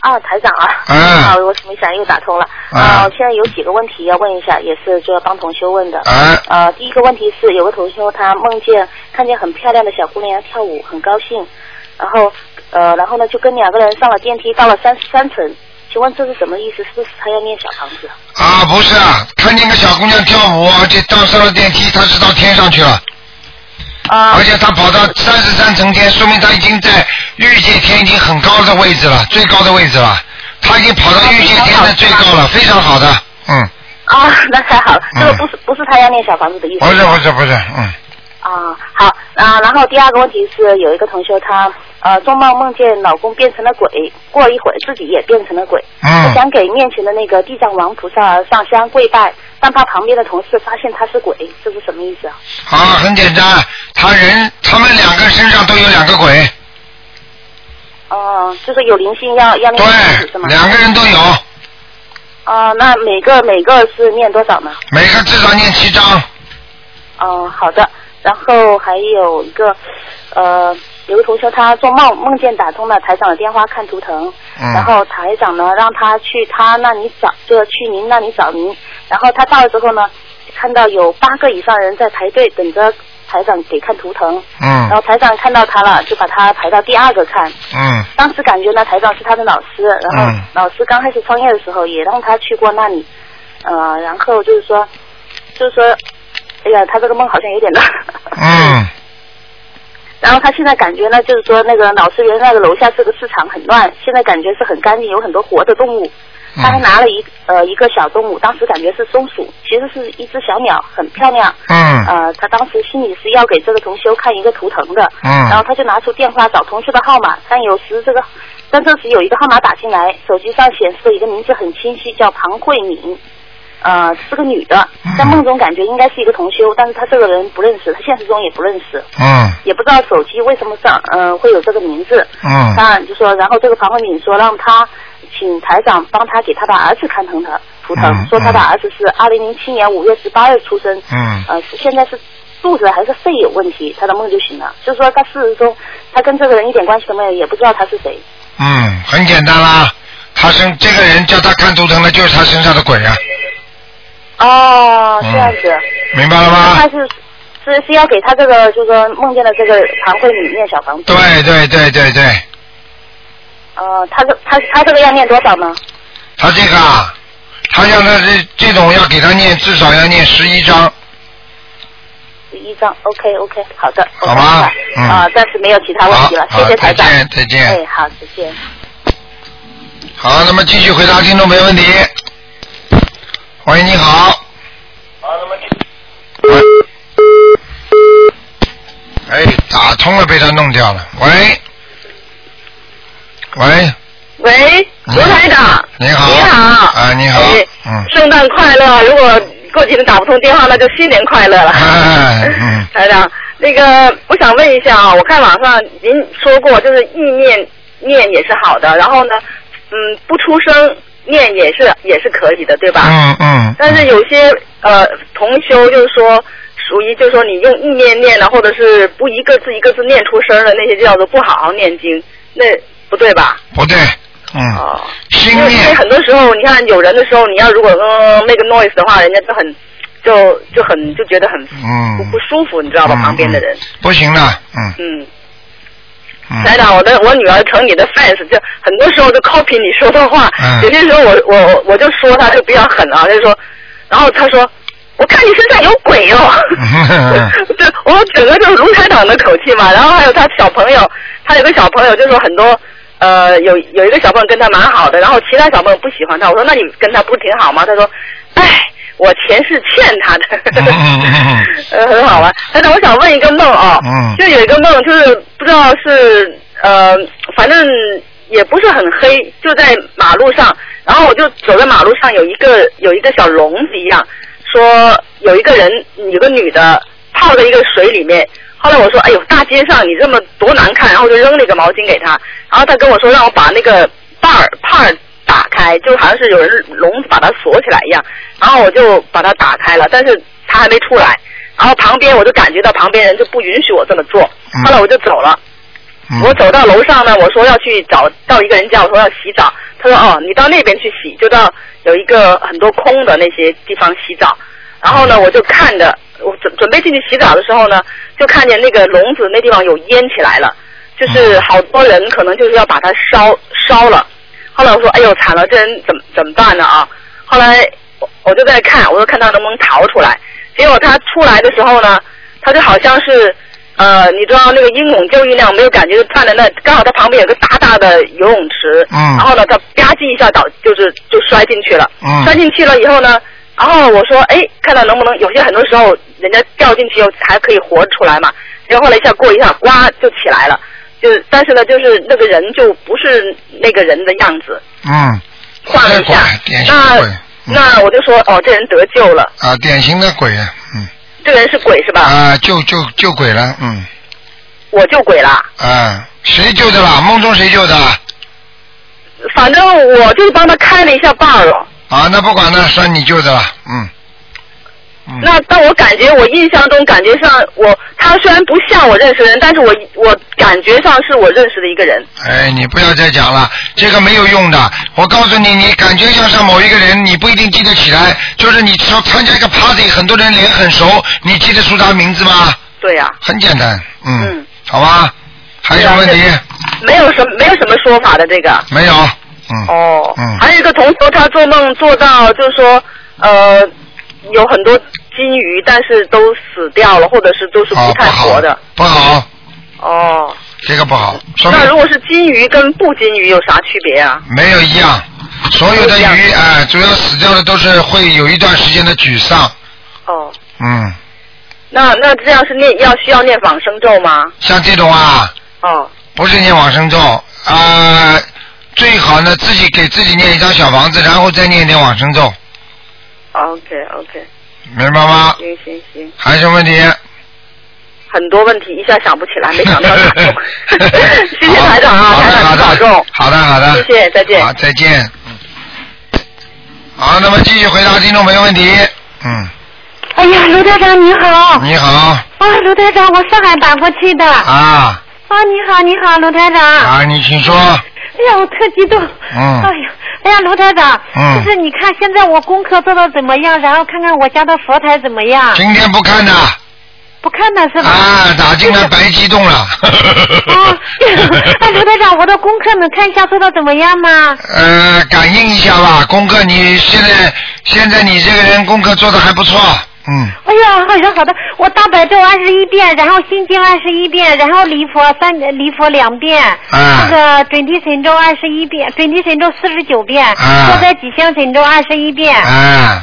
啊，台长啊，嗯啊，我没想又打通了，啊啊，我现在有几个问题要问一下，也是就要帮同修问的。哎，呃，第一个问题是，有个同修他梦见看见很漂亮的小姑娘跳舞，很高兴，然后呃，然后呢就跟两个人上了电梯，到了三十三层，请问这是什么意思？是不是他要念小房子？啊，不是啊，看见个小姑娘跳舞，而且到上了电梯，她是到天上去了，啊、而且她跑到三十三层天，说明她已经在欲界天已经很高的位置了，最高的位置了，她已经跑到欲界天的最高了，非常好的，嗯，啊，那太好了，这个不是不是他要念小房子的意思。不是不是不是，嗯，啊，好啊，然后第二个问题是，有一个同学他呃做梦梦见老公变成了鬼，过一会儿自己也变成了鬼，嗯他想给面前的那个地藏王菩萨上香跪拜，但怕旁边的同事发现他是鬼，这是什么意思啊？好，很简单，他人他们两个身上都有两个鬼，哦、就是有灵性要要念自己是吗？两个人都有，啊、那每个每个是念多少呢？每个至少念七张，嗯，好的。然后还有一个，呃，有个同学他做梦梦见打通了台长的电话看图腾，嗯然后台长呢让他去他那里找，就去您那里找您。然后他到了之后呢，看到有八个以上人在排队等着台长给看图腾，然后嗯台长看到他了，就把他排到第二个看。嗯当时感觉呢，台长是他的老师，然后嗯老师刚开始创业的时候也让他去过那里，呃，然后就是说，就是说，哎呀，他这个梦好像有点大。嗯，然后他现在感觉呢，就是说那个老师原来那个楼下是个市场很乱，现在感觉是很干净，有很多活的动物。嗯他还拿了一呃一个小动物，当时感觉是松鼠，其实是一只小鸟，很漂亮。嗯呃，他当时心里是要给这个同修看一个图腾的，嗯然后他就拿出电话找同修的号码，但有时这个，但这时有一个号码打进来，手机上显示的一个名字很清晰，叫庞慧敏，呃，是个女的，嗯在梦中感觉应该是一个同修，但是他这个人不认识，他现实中也不认识，嗯也不知道手机为什么上，呃，会有这个名字，嗯当啊然就说，然后这个庞慧敏说让他请台长帮他给他的儿子看疼他图腾，嗯说他的儿子是二零零七年五月十八日出生，嗯呃，是现在是肚子还是肺有问题，他的梦就醒了。就是说他事实中，他跟这个人一点关系都没有，也不知道他是谁。嗯，很简单啦。他身这个人叫他看图腾的，就是他身上的鬼啊，哦，嗯这样子，明白了那他吗？是是是要给他这个，就是说梦见的这个堂会里面小房子。对对对对对，呃，他这他他这个要念多少呢？他这个啊，他要他这这种要给他念，至少要念十一章。十一张，OK OK，好的，我好吧看一嗯下啊、暂时没有其他问题了，好谢谢好台长，再见再见哎，好，再见。好，那么继续回答听众没问题。喂，你好。喂。哎，打通了，被他弄掉了。喂，喂，喂，嗯卢台长，你好。你好，啊，你好哎。嗯。圣诞快乐！如果过几天打不通电话，那就新年快乐了。哎嗯 台长，那个我想问一下啊，我看网上您说过，就是意念念也是好的，然后呢，嗯，不出声念也是也是可以的，对吧？嗯嗯。但是有些呃同修就是说，属于就是说你用意念念的，或者是不一个字一个字念出声的那些，就叫做不好好念经，那不对吧？不对，嗯，哦，心因为因为念很多时候你看有人的时候，你要如果嗯 make noise 的话，人家就很就就很就觉得很嗯不不舒服，你知道吧？嗯旁边的人，嗯不行了，嗯嗯。嗯。台长，我的我女儿成你的 fans，就很多时候就 copy 你说的话，嗯有些时候我我我就说她就比较狠啊，就说，然后她说，我看你身上有鬼哦， 对，我整个就是卢台长的口气嘛。然后还有她小朋友，她有个小朋友就说很多。呃，有有一个小朋友跟她蛮好的，然后其他小朋友不喜欢她。我说那你跟她不是挺好吗？她说，哎，我前世欠她的。嗯嗯嗯嗯 呃，很好玩。但是我想问一个梦啊、嗯就有一个梦，就是不知道是呃，反正也不是很黑，就在马路上，然后我就走在马路上，有一个有一个小笼子一样，说有一个人，有个女的泡在一个水里面。后来我说，哎呦，大街上你这么多难看，然后我就扔了一个毛巾给她，然后她跟我说让我把那个把儿帕儿打开，就好像是有人笼子把它锁起来一样，然后我就把它打开了，但是她还没出来，然后旁边我就感觉到旁边人就不允许我这么做嗯，后来我就走了。嗯我走到楼上呢，我说要去找到一个人家，我说要洗澡，他说哦，你到那边去洗，就到有一个很多空的那些地方洗澡。然后呢，我就看着我准准备进去洗澡的时候呢，就看见那个笼子那地方有烟起来了，就是好多人可能就是要把它烧烧了。后来我说，哎呦惨了，这人怎么怎么办呢啊？后来我我就在看，我说看他能不能逃出来。结果他出来的时候呢，他就好像是呃，你知道那个英勇救一那样，没有感觉，就站在那，刚好他旁边有个大大的游泳池，嗯然后呢，他吧唧一下倒，就是就摔进去了。嗯摔进去了以后呢，然后我说，哎，看看能不能有些很多时候人家掉进去又还可以活出来嘛。然后后来一下过一下，呱就起来了，就但是呢，就是那个人就不是那个人的样子，嗯，换了一下怪典。型那鬼那我就说，哦，这人得救了，啊，典型的鬼，嗯，这个人是鬼是吧？啊，救救救鬼了，嗯，我救鬼了，啊，谁救的啦？梦中谁救的？嗯反正我就帮他开了一下 bar 了。啊，那不管了，算你救的了，嗯，嗯，那但我感觉，我印象中感觉上我他虽然不像我认识的人，但是我我感觉上是我认识的一个人。哎，你不要再讲了，这个没有用的。我告诉你，你感觉像是某一个人，你不一定记得起来。就是你说参加一个 party，很多人脸很熟，你记得住他名字吗？对呀、很简单，嗯，嗯好吧。还啊有什么问题？没有什么没有什么说法的这个。没有，嗯，哦，嗯还有一个同学，他做梦做到就是说，呃，有很多金鱼，但是都死掉了，或者是都是好不哦不太活好的。，不好，哦，这个不好，说明那如果是金鱼跟不金鱼有啥区别啊？没有一样。所有的不一鱼啊、哎主要死掉的都是会有一段时间的沮丧，哦，嗯，那那这样是念要需要念往生咒吗？像这种啊，哦，不是念往生咒啊、呃最好呢自己给自己念一张小房子，然后再念一点往生咒， OK OK，明白吗？哦行行行，还有什么问题？很多问题一下想不起来，没 想到 这么谢谢好台长啊，好台的好长的保重。 好的好的，谢谢再见好再见。嗯好，那么继续回答听众朋友问题。嗯， 哎呀，卢台长你好！哦你好啊，卢台长，我上海打过去的。啊，啊你好，你好，卢台长。啊，你请说。哎呀，我特激动。嗯哎呀，哎呀，卢台长。嗯就是你看现在我功课做的怎么样，然后看看我家的佛台怎么样。今天不看的不看了是吧？啊，打进来白激动了。啊，哎，卢台长，我的功课能看一下做的怎么样吗？ 呃，感应一下吧，功课你现在现在你这个人功课做的还不错，嗯，哎呀，好的好的，我大白咒二十一遍，然后心经二十一遍，然后离佛三离佛两遍，啊那个准提神咒二十一遍，准提神咒四十九遍，啊消灾吉祥神咒二十一遍。啊，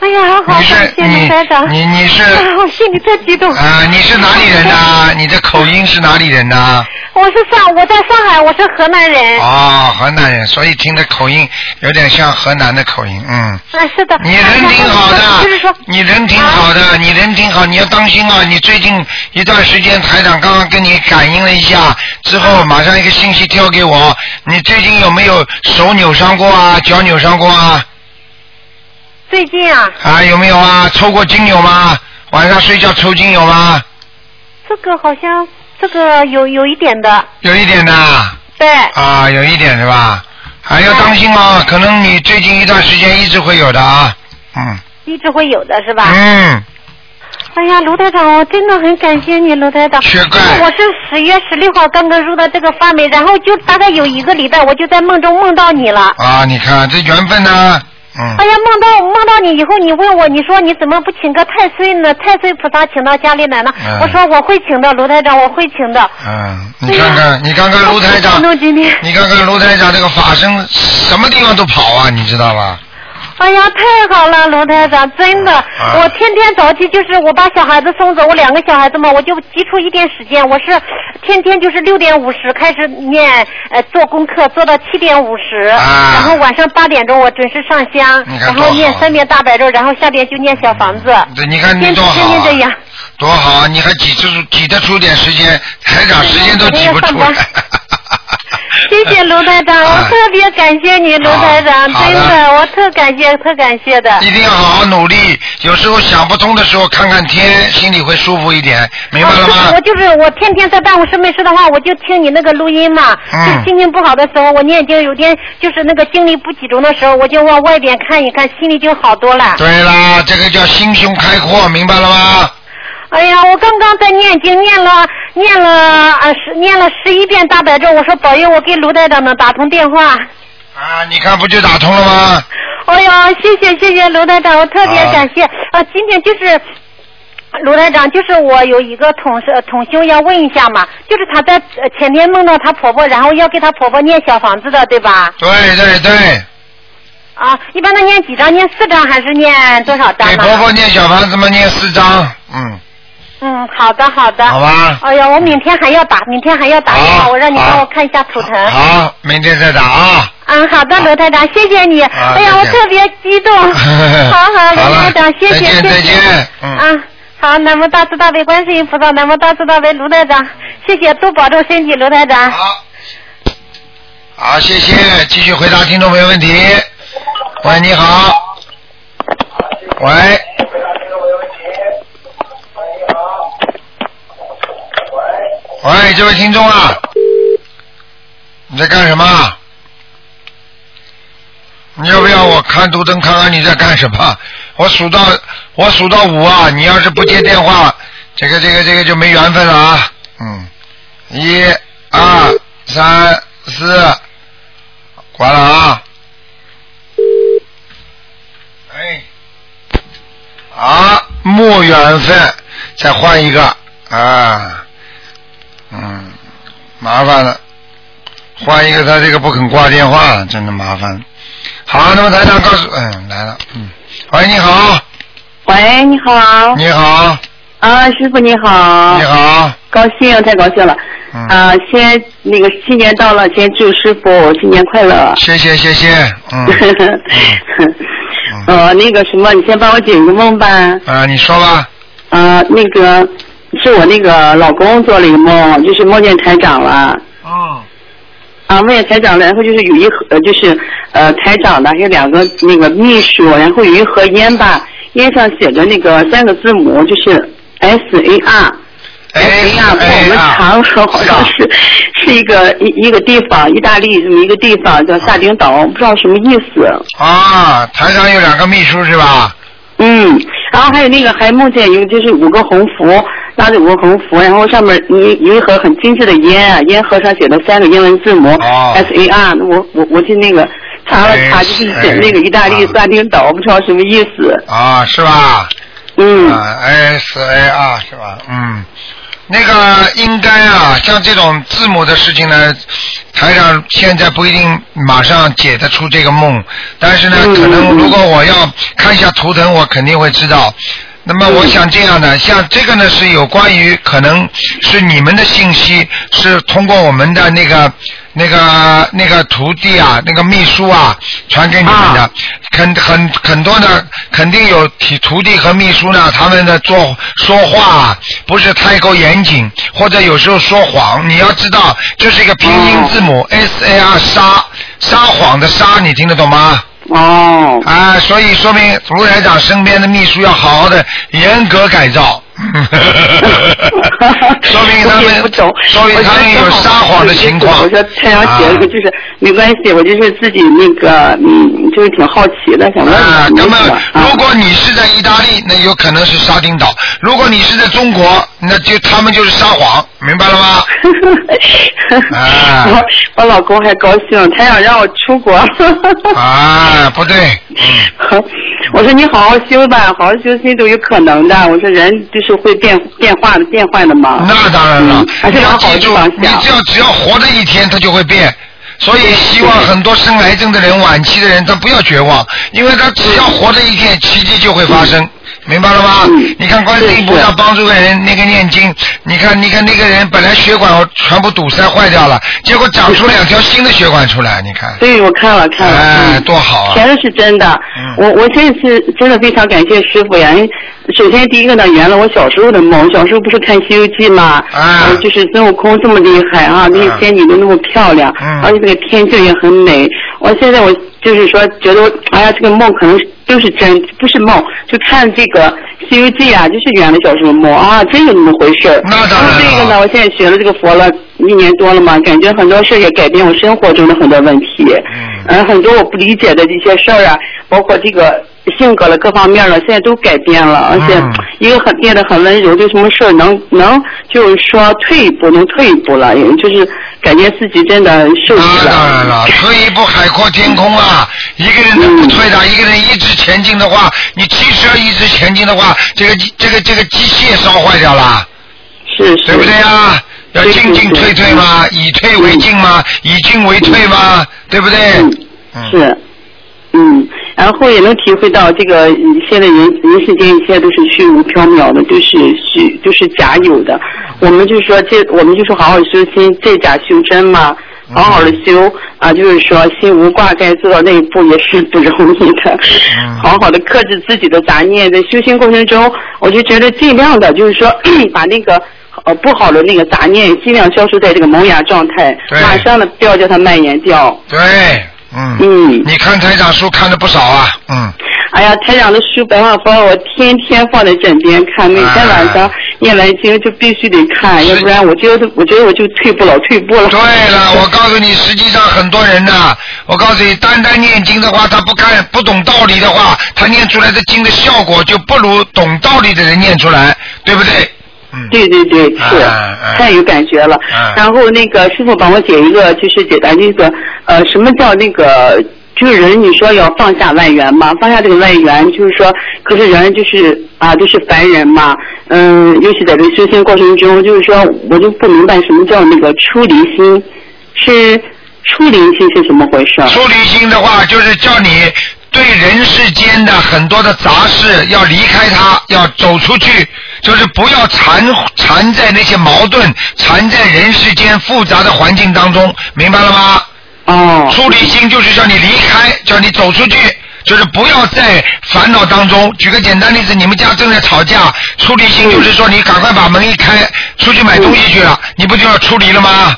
哎呀，好你感谢是卢台长，你你你 是哎呀我心里特激动。啊、你是哪里人呐？你的口音是哪里人啊呐？我是上我在上海，我是河南人。哦，河南人，所以听的口音有点像河南的口音，嗯。啊，是的。你人挺好哎呀就是说的，， 你人挺好的，你人挺好，你要当心啊！你最近一段时间，台长刚刚跟你感应了一下，之后马上一个信息跳给我，你最近有没有手扭伤过啊？脚扭伤过啊？最近啊，啊，有没有啊？抽过筋有吗？晚上睡觉抽筋有吗？这个好像这个有有一点的，有一点的啊，对。啊有一点是吧？还要当心啊，可能你最近一段时间一直会有的啊，嗯一直会有的是吧？嗯，哎呀，卢台长，我真的很感谢你，卢台长。缺钙我是十月十六号刚刚入的这个法门，然后就大概有一个礼拜，我就在梦中梦到你了。啊，你看这缘分呢，嗯哎。呀，梦到梦到你以后，你问我，你说你怎么不请个太岁呢？太岁菩萨请到家里来呢？嗯我说我会请的，卢台长，我会请的。嗯，你看看，你看看卢台好长激，动今天，你看看卢台长这个法身，什么地方都跑啊，你知道吧？哎呀，太好了，卢台长，真的，啊我天天早起就是我把小孩子送走，我两个小孩子嘛，我就挤出一点时间，我是天天就是六点五十开始念，呃，做功课做到七点五十，啊然后晚上八点钟我准时上香，你看然多后念好嗯三遍大白咒，然后下边就念小房子，对，呃你看你天多天好、天这样啊，，多好啊！你还挤出挤得出点时间，台长时间都挤不出来。谢谢卢台长，我啊特别感谢你，卢台长，好好真的的，我特感谢，特感谢的。一定要好好努力，有时候想不通的时候看看天，心里会舒服一点，明白了啊吗我？就是我天天在办公室没事的话，我就听你那个录音嘛。嗯就是心情不好的时候，我念经；有天就是那个精力不集中的时候，我就往外边看一看，心里就好多了。对啦，这个叫心胸开阔，明白了吗？哎呀，我刚刚在念经，念了念了啊十念了十一遍大白咒，我说保佑我给卢台长能打通电话。啊，你看不就打通了吗？哎呀，谢谢谢谢卢台长，我特别啊感谢啊！今天就是卢台长，就是我有一个同事呃同修要问一下嘛，就是她在呃前天梦到她婆婆，然后要给她婆婆念小房子的，对吧？对对对，啊，一般都念几张？念四张还是念多少张给呢？婆婆念小房子们念四张，嗯，嗯，好的，好的。好吧哎呀，我明天还要打，明天还要打电话，好我让你好帮我看一下图腾。好，明天再打啊。嗯，好的，罗台长，谢谢你。啊哎呀，我再见特别 激动。好好，好罗了台长，谢谢，再见谢谢。再见嗯啊，好，南无大慈大悲观世音菩萨，南无大慈大悲卢台长，谢谢，多保重身体，卢台长。好，好，谢谢，继续回答听众朋友问题。喂，你好。喂。喂，这位听众啊，你在干什么？你要不要我看图腾看看你在干什么？我数到我数到五啊，你要是不接电话，这个这个这个就没缘分了啊。嗯，一二三四，关了啊。哎，啊，没缘分，再换一个啊。嗯，麻烦了，换一个他这个不肯挂电话，真的麻烦。好，那么台长告诉，嗯，来了，嗯，喂，你好，喂，你好。你好，啊，师傅你好。你。好，高兴，太高兴了。嗯啊，先那个新年到了，先祝师傅新年快乐。谢谢谢谢，嗯， 呃，那个什么，你先帮我解一个梦吧。啊，你说吧，啊，那个是我那个老公做了一个梦，就是梦见台长了。嗯，啊，梦见台长了，然后就是有一盒，呃就是呃台长的，还有两个那个秘书，然后有一盒烟吧，烟上写着那个三个字母，就是 S A R。哎呀，不，我们常说好像是是一个一一个地方，意大利这么一个地方叫萨丁岛，不知道什么意思。啊，台上有两个秘书是吧？嗯，然后还有那个还梦见有就是五个横幅，拉着五个横幅，然后上面一一盒很精致的烟啊，烟盒上写的三个英文字母、哦哎 S A R，我我我去那个查了查，就是写那个意大利萨丁岛，不知道什么意思。啊，是吧？嗯，啊，S A R 是吧？嗯，那个应该啊，像这种字母的事情呢，台长现在不一定马上解得出这个梦，但是呢，可能如果我要看一下图腾，我肯定会知道。那么我想这样的，像这个呢是有关于可能是你们的信息是通过我们的那个那个那个徒弟啊，那个秘书啊传给你们的，肯很很多呢，肯定有体徒弟和秘书呢，他们的做说话啊不是太够严谨，或者有时候说谎。你要知道，这是一个拼音字母、S A R 沙撒谎的撒，你听得懂吗？哦，啊，所以说明卢台长身边的秘书要好好的严格改造。 说 明他我也们不懂，，说明他们有撒谎的情况。啊我说太阳写了个，就是没关系，我就是自己那个，嗯，就是挺好奇的，想问啊，问。那 么啊如果你是在意大利，那有可能是沙丁岛；如果你是在中国，那就他们就是撒谎，明白了吗？啊我我老公还高兴，他想让我出国。啊，不对， 我说你好好修吧，好好修心都有可能的。我说人就是会变变化的，变坏的嘛。那当然了嗯，还你是要往好记的地住方，你想只。要只要活着一天，它就会变。所以希望很多生癌症的人、晚期的人，他不要绝望，因为他只要活着一天，奇迹就会发生。明白了吗嗯？你看观世音菩是萨是帮助个人那个念经，你看你看那个人本来血管全部堵塞坏掉了，结果长出两条新的血管出来，你看。对，我看了看了。哎，嗯多好啊！全都是真的。嗯我我这次真的非常感谢师傅呀。因为首先第一个呢，圆了我小时候的梦。小时候不是看《西游记》嘛，啊呃就是孙悟空这么厉害啊，那些仙女都那么漂亮，嗯而且这个天境也很美。我现在我就是说，觉得哎呀，这个梦可能都是真，不是梦。就看这个《西游记》啊，就是圆了小时候的梦啊，真有那么回事儿。那当然了然后这个呢，我现在学了这个佛了一年多了嘛，感觉很多事儿也改变我生活中的很多问题。嗯嗯，很多我不理解的这些事儿啊，包括这个性格了各方面了，现在都改变了，而且嗯一个很变得很温柔，对什么事儿能能就是说退一步能退一步了，也就是感觉自己真的受益那了。当然 了，啊退一步海阔天空啊！一个人能不退的，一个人一直前进的话，你汽车一直前进的话，这个机这个这个机械烧坏掉了，是是。对不对啊？要对进进对退退嘛，以退为进嘛，以进为退嘛，对不对？嗯嗯，是。嗯，然后也能体会到这个嗯现在人人世间一切都是虚无缥缈的，都是虚都是假有的。我们就说这，我们就说好好修心，借假修真嘛，好好的修啊，就是说心无挂碍做到那一步也是不容易的。嗯好好的克制自己的杂念，在修行过程中，我就觉得尽量的，就是说 把那个。呃，不好的那个杂念尽量消除在这个萌芽状态，马上的不要叫它蔓延掉。对，嗯，嗯，你看台长书看的不少啊，嗯，哎呀，台长的书《白话佛》，我天天放在枕边看，每天晚哎上念完经就必须得看，要不然我觉得我觉得我就退步了，退步了。对 了，我告诉你，实际上很多人呐、我告诉你，单单念经的话，他不看不懂道理的话，他念出来的经的效果就不如懂道理的人念出来，对不对？对对对，是、啊啊太有感觉了。啊然后那个师傅帮我解一个，就是解答那个呃，什么叫那个？就是人，你说要放下万缘嘛，放下这个万缘，就是说，可是人就是啊，就是凡人嘛，嗯，尤其在这修行过程中，就是说，我就不明白什么叫那个出离心，是出离心是怎么回事？出离心的话，就是叫你对人世间的很多的杂事要离开它，要走出去，就是不要缠缠在那些矛盾、缠在人世间复杂的环境当中，明白了吗？哦。出离心就是叫你离开，叫你走出去。就是不要在烦恼当中。举个简单例子，你们家正在吵架，出离心就是说你赶快把门一开，出去买东西去了，你不就要出离了吗？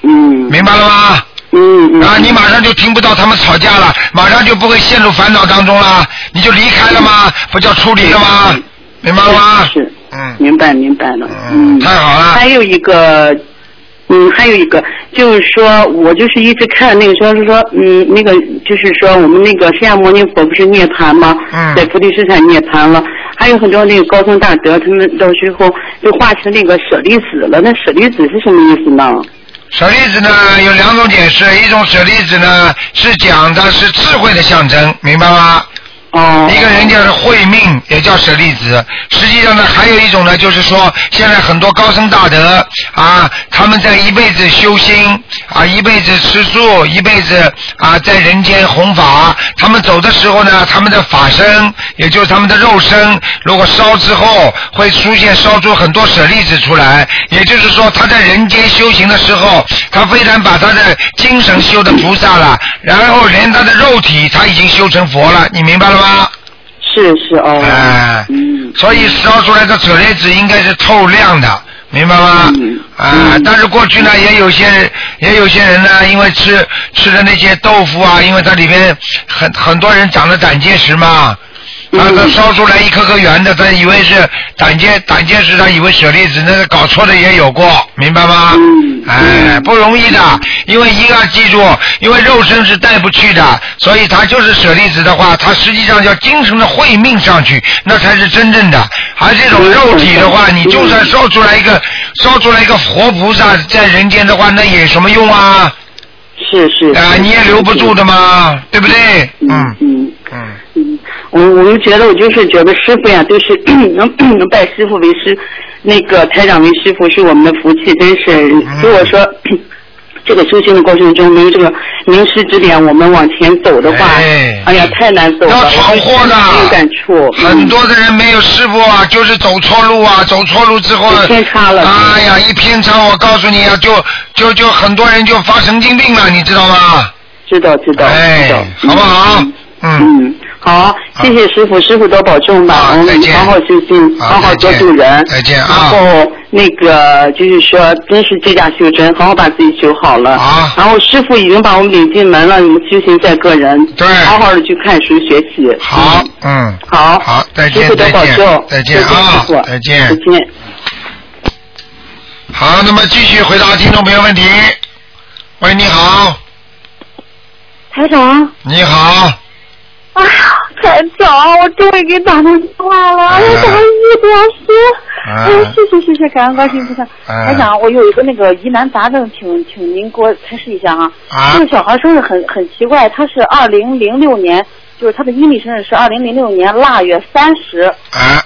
嗯。明白了吗？嗯啊，你马上就听不到他们吵架了，马上就不会陷入烦恼当中了，你就离开了吗？不叫出离了吗？明白了吗？嗯是，嗯，明白明白了，嗯，太好了。还有一个，嗯，还有一个就是说，我就是一直看那个，就是说，嗯，那个就是说，我们那个释迦牟尼佛不是涅槃吗？嗯在菩提树下涅槃了。还有很多那个高僧大德，他们到最后就化成那个舍利子了。那舍利子是什么意思呢？舍利子呢有两种解释，一种舍利子呢是讲的是智慧的象征，明白吗？哦。一个人叫是慧命，也叫舍利子。实际上呢，还有一种呢，就是说现在很多高僧大德啊，他们在一辈子修心啊，一辈子吃素，一辈子啊在人间弘法。他们走的时候呢，他们的法身，也就是他们的肉身，如果烧之后，会出现烧出很多舍利子出来。也就是说，他在人间修行的时候，他非但把他的精神修的菩萨了，然后连他的肉体他已经修成佛了，你明白了吗？是是哦。嗯哎、所以烧出来的舍利子应该是透亮的，明白吗？啊、但是过去呢，也有些也有些人呢，因为吃吃的那些豆腐啊，因为它里边很很多人长了胆结石嘛。嗯啊，他烧出来一颗颗圆的，他以为是胆结胆结石，他以为舍利子，那个搞错的也有过，明白吗？嗯哎，不容易的，因为一个要记住，因为肉身是带不去的，所以他就是舍利子的话，他实际上要精神的慧命上去，那才是真正的。而这种肉体的嗯话，你就算烧出来一个烧出来一个活菩萨在人间的话，那也有什么用啊？是是。啊、你也留不住的嘛，对不对？嗯嗯嗯。我我们觉得，我就是觉得师傅呀，就是 能能拜师傅为师，那个台长为师傅是我们的福气，真是。嗯如果说这个修行的过程中没有这个名师指点，我们往前走的话，哎呀，太难走了。要闯祸的我就深有感触。很多的人没有师傅啊，就是走错路啊，走错路之后偏差了。哎呀，一偏差，我告诉你啊，就就就很多人就发神经病了，你知道吗？啊知道知道，哎，好不好？嗯嗯，好，谢谢师傅，师傅多保重吧，我们好好修心，好好多度人，再见啊然后那个就是说，真是借假修真，好好把自己修好了。啊。然后师傅已经把我们领进门了，你们修行在个人，对，好好的去看书学习。好，嗯，好，好，再师见，傅多再保见重，，再见啊师傅，，再见，再见。好，那么继续回答听众朋友问题。喂，你好，台长，你好，哎呀，台长，我终于给你打通电话了，哎呀，打了一个多小时，哎呀，谢谢谢谢，感恩观世音菩萨。嗯台长，我有一个那个疑难杂症，请请您给我开示一下啊。啊这个小孩说是很很奇怪，他是二零零六年。就是他的阴历生日是二零零六年腊月三十，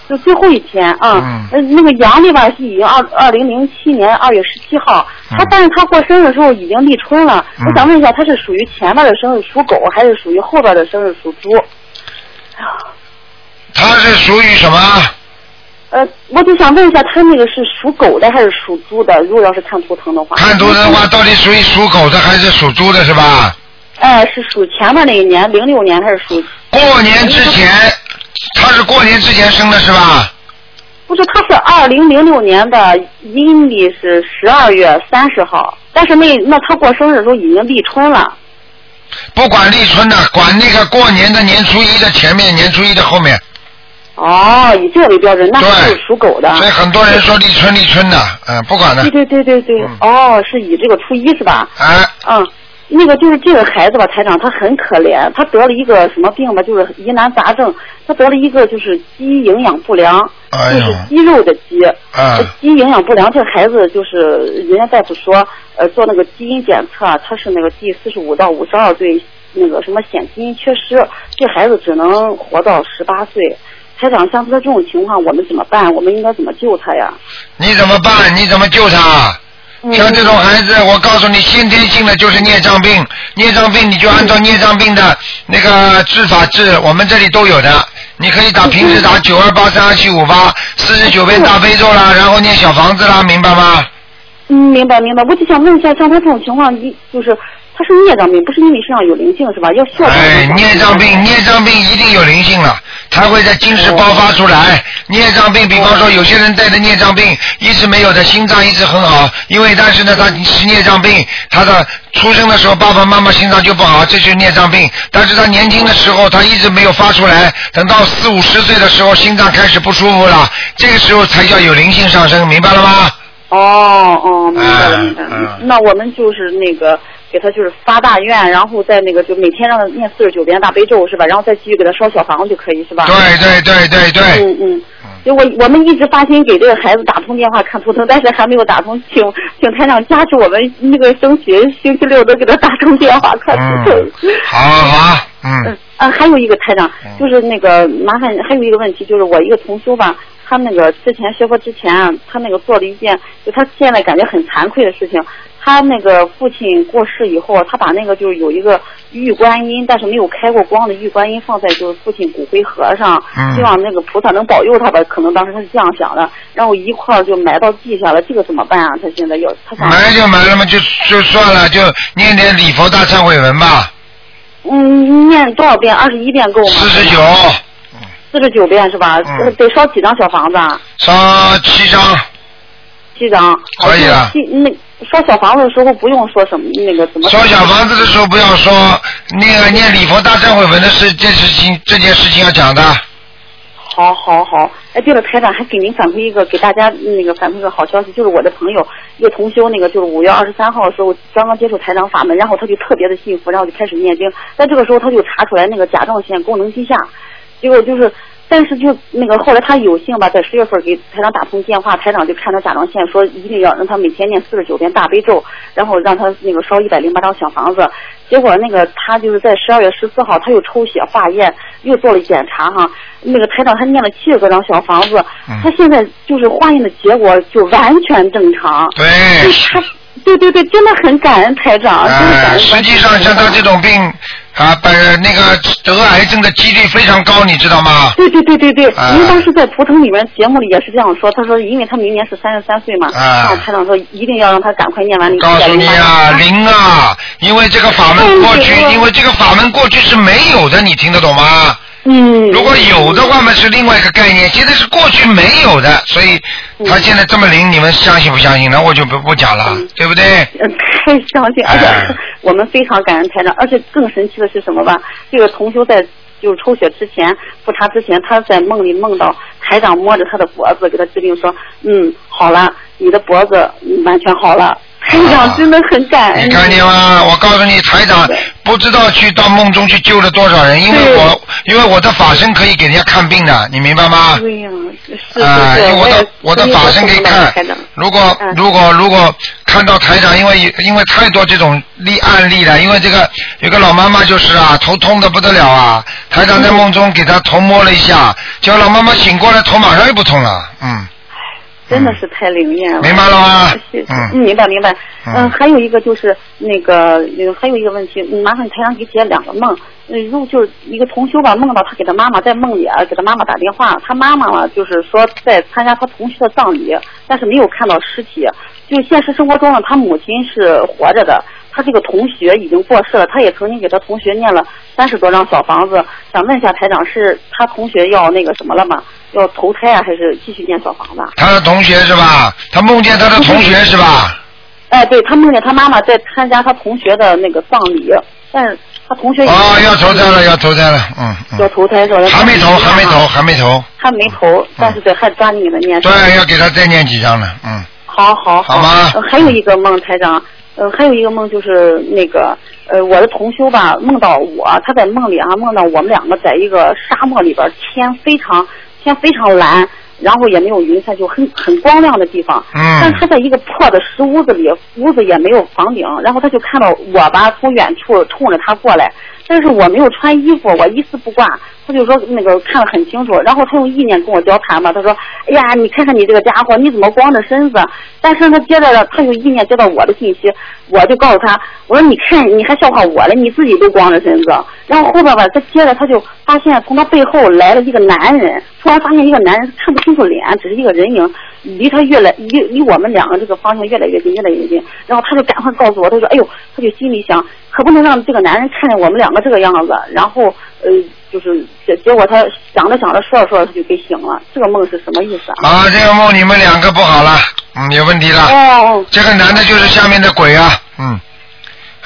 就最后一天啊。嗯。那个阳历吧是已经二二零零七年二月十七号，他但是他过生日的时候已经立春了。嗯我想问一下，他是属于前面的生日属狗，还是属于后边的生日属猪？他是属于什么？呃，我就想问一下，他那个是属狗的还是属猪的？如果要是看图腾的话，看图腾的话，到底属于属狗的还是属猪的，是吧？哎、是属前面那一年，零六年还是属？过年之前，他是过年之前生的，是吧？不是，他是二零零六年的阴历是十二月三十号，但是那那他过生日的时候已经立春了。不管立春的，管那个过年的年初一的前面，年初一的后面。哦，以这个为标准，那他是属狗的。所以很多人说立春立春的，嗯，不管了对。对对对对，哦，是以这个初一是吧？哎。嗯，那个就是这个孩子吧，台长，他很可怜，他得了一个什么病吧，就是疑难杂症，他得了一个就是鸡营养不良，哎就呦，是鸡肉的鸡。啊呃，基因营养不良，这个孩子就是人家大夫说，呃，做那个基因检测啊，他是那个第四十五到五十二对那个什么显基因缺失，这孩子只能活到十八岁。台长，像他这种情况，我们怎么办？我们应该怎么救他呀？你怎么办？你怎么救他？嗯像这种孩子，我告诉你，先天性的就是孽障病，孽障病你就按照嗯孽障病的那个治法治，我们这里都有的。你可以打平时打嗯九二八三二七五八四十九遍大悲咒啦，然后念小房子啦，明白吗？嗯，明白明白。我就想问一下，像他这种情况，一就是他是孽障病，不是因为身上有灵性是吧？要需要哎，孽障病，孽障病一定有灵性了，它会在今世爆发出来。孽障病，比方说有些人带着孽障病，一直没有的，心脏一直很好，因为但是呢，他是孽障病，他的出生的时候爸爸妈妈心脏就不好，这就是孽障病。但是他年轻的时候他一直没有发出来，等到四五十岁的时候心脏开始不舒服了，这个时候才叫有灵性上升，明白了吗？哦哦，明白了嗯明白了。那我们就是那个给他就是发大愿，然后再那个就每天让他念四十九遍大悲咒是吧？然后再继续给他烧小房子就可以是吧？对对对对对。嗯嗯。就我我们一直发心给这个孩子打通电话看图腾，但是还没有打通，请请台长加持我们那个争取星期六都给他打通电话看嗯图腾。好好，嗯嗯，啊，还有一个台长，就是那个麻烦，还有一个问题，就是我一个同修吧，他那个之前学佛之前啊，他那个做了一件，就他现在感觉很惭愧的事情。他那个父亲过世以后，他把那个就是有一个玉观音，但是没有开过光的玉观音放在就是父亲骨灰盒上，嗯希望那个菩萨能保佑他吧。可能当时他是这样想的，然后一块儿就埋到地下了。这个怎么办啊？他现在要他想埋就埋了嘛，就就算了，就念点礼佛大忏悔文吧，嗯，念多少遍？二十一遍够吗？四十九。四十九遍是吧？嗯得烧几张小房子？啊？烧七张。七张。可以了七那烧小房子的时候不用说什么那个怎么。烧小房子的时候不要说那个念礼佛大忏悔文的事，这事情这件事情要讲的。好好好，哎，对了，台长还给您反馈一个，给大家嗯那个反馈个好消息，就是我的朋友一个同修，那个就是五月二十三号的时候刚刚接触台长法门，然后他就特别的信服，然后就开始念经，但这个时候他就查出来那个甲状腺功能低下，结果就是。但是就那个后来他有幸吧，在十月份给台长打通电话，台长就看他甲状腺，说一定要让他每天念四十九遍大悲咒，然后让他那个烧一百零八张小房子。结果那个他就是在十二月十四号，他又抽血化验，又做了检查哈。那个台长他念了七十多张小房子，嗯他现在就是化验的结果就完全正常。对。他对对对，真的很感恩 台长，啊真的感呃，恩实际上像他这种病啊，本那个得癌症的几率非常高，你知道吗？对对对对对，啊您当时在图腾里面节目里也是这样说，他说因为他明年是三十三岁嘛，啊让台长说一定要让他赶快念完那个告诉你啊，灵啊，因为这个法哎门过去，因为这个法门过去是没有的，你听得懂吗？嗯。如果有的话嘛，是另外一个概念，现在是过去没有的，所以他现在这么灵，你们相信不相信？那我就不不讲了，对不对？嗯，太相信，而且我们非常感恩台长，而且更神奇的是什么吧？这个同修在就是抽血之前、复查之前，他在梦里梦到台长摸着他的脖子给他治病，说：“嗯，好了，你的脖子嗯完全好了。”台长真的很感恩。你看见吗？我告诉你，台长不知道去到梦中去救了多少人，因为我因为我的法身可以给人家看病的，你明白吗？对呀、是是啊、因是，为我也的我的所以法身我可以懂了嗯看台长。如果如果如果看到台长，因为因为太多这种例案例了，因为这个有个老妈妈就是啊，头痛的不得了啊，台长嗯在梦中给她头摸了一下，结果老妈妈醒过来，头马上又不痛了，嗯。真的是太灵验了。明白了吗是，是嗯嗯，明白明白。嗯嗯，还有一个就是那个，嗯，还有一个问题，嗯麻烦台长给解两个梦。嗯，如果就是一个同修吧，梦到他给他妈妈在梦里啊，给他妈妈打电话，他妈妈呢就是说在参加他同修的葬礼，但是没有看到尸体。就现实生活中呢，他母亲是活着的，他这个同学已经过世了，他也曾经给他同学念了三十多张小房子，想问一下台长，是他同学要那个什么了吗？要投胎啊，还是继续念小房子啊？他的同学是吧？他梦见他的同学是吧？哎，对他梦见他妈妈在参加他同学的那个葬礼，但是他同学啊，要投胎了，要投胎了，嗯嗯，要投胎是吧？还没投，还没投，，啊还没投，还没投，但是得还抓紧给他念。对，要给他再念几张呢，嗯，好好好。好吗呃还有一个梦，台长，呃，还有一个梦就是那个，呃，我的同修吧，梦到我，他在梦里啊，梦到我们两个在一个沙漠里边，天非常天非常蓝，然后也没有云彩，就很很光亮的地方。嗯但是他在一个破的石屋子里，屋子也没有房顶，然后他就看到我吧，从远处冲着他过来，但是我没有穿衣服，我一丝不挂。他就说那个看得很清楚，然后他用意念跟我交谈嘛，他说，哎呀，你看看你这个家伙，你怎么光着身子？但是他接着他用意念接到我的信息，我就告诉他，我说你看你还笑话我了，你自己都光着身子。然后后边吧，他接着他就发现从他背后来了一个男人，突然发现一个男人看不清楚脸，只是一个人影，离他越来离离我们两个这个方向越来越近，越来越近。然后他就赶快告诉我，他说，哎呦，他就心里想，可不能让这个男人看见我们两个这个样子。然后呃，就是结结果他想着想着说着说着他就给醒了，这个梦是什么意思啊？啊，这个梦你们两个不好了，嗯，有问题了，哦，这个男的就是下面的鬼啊，嗯。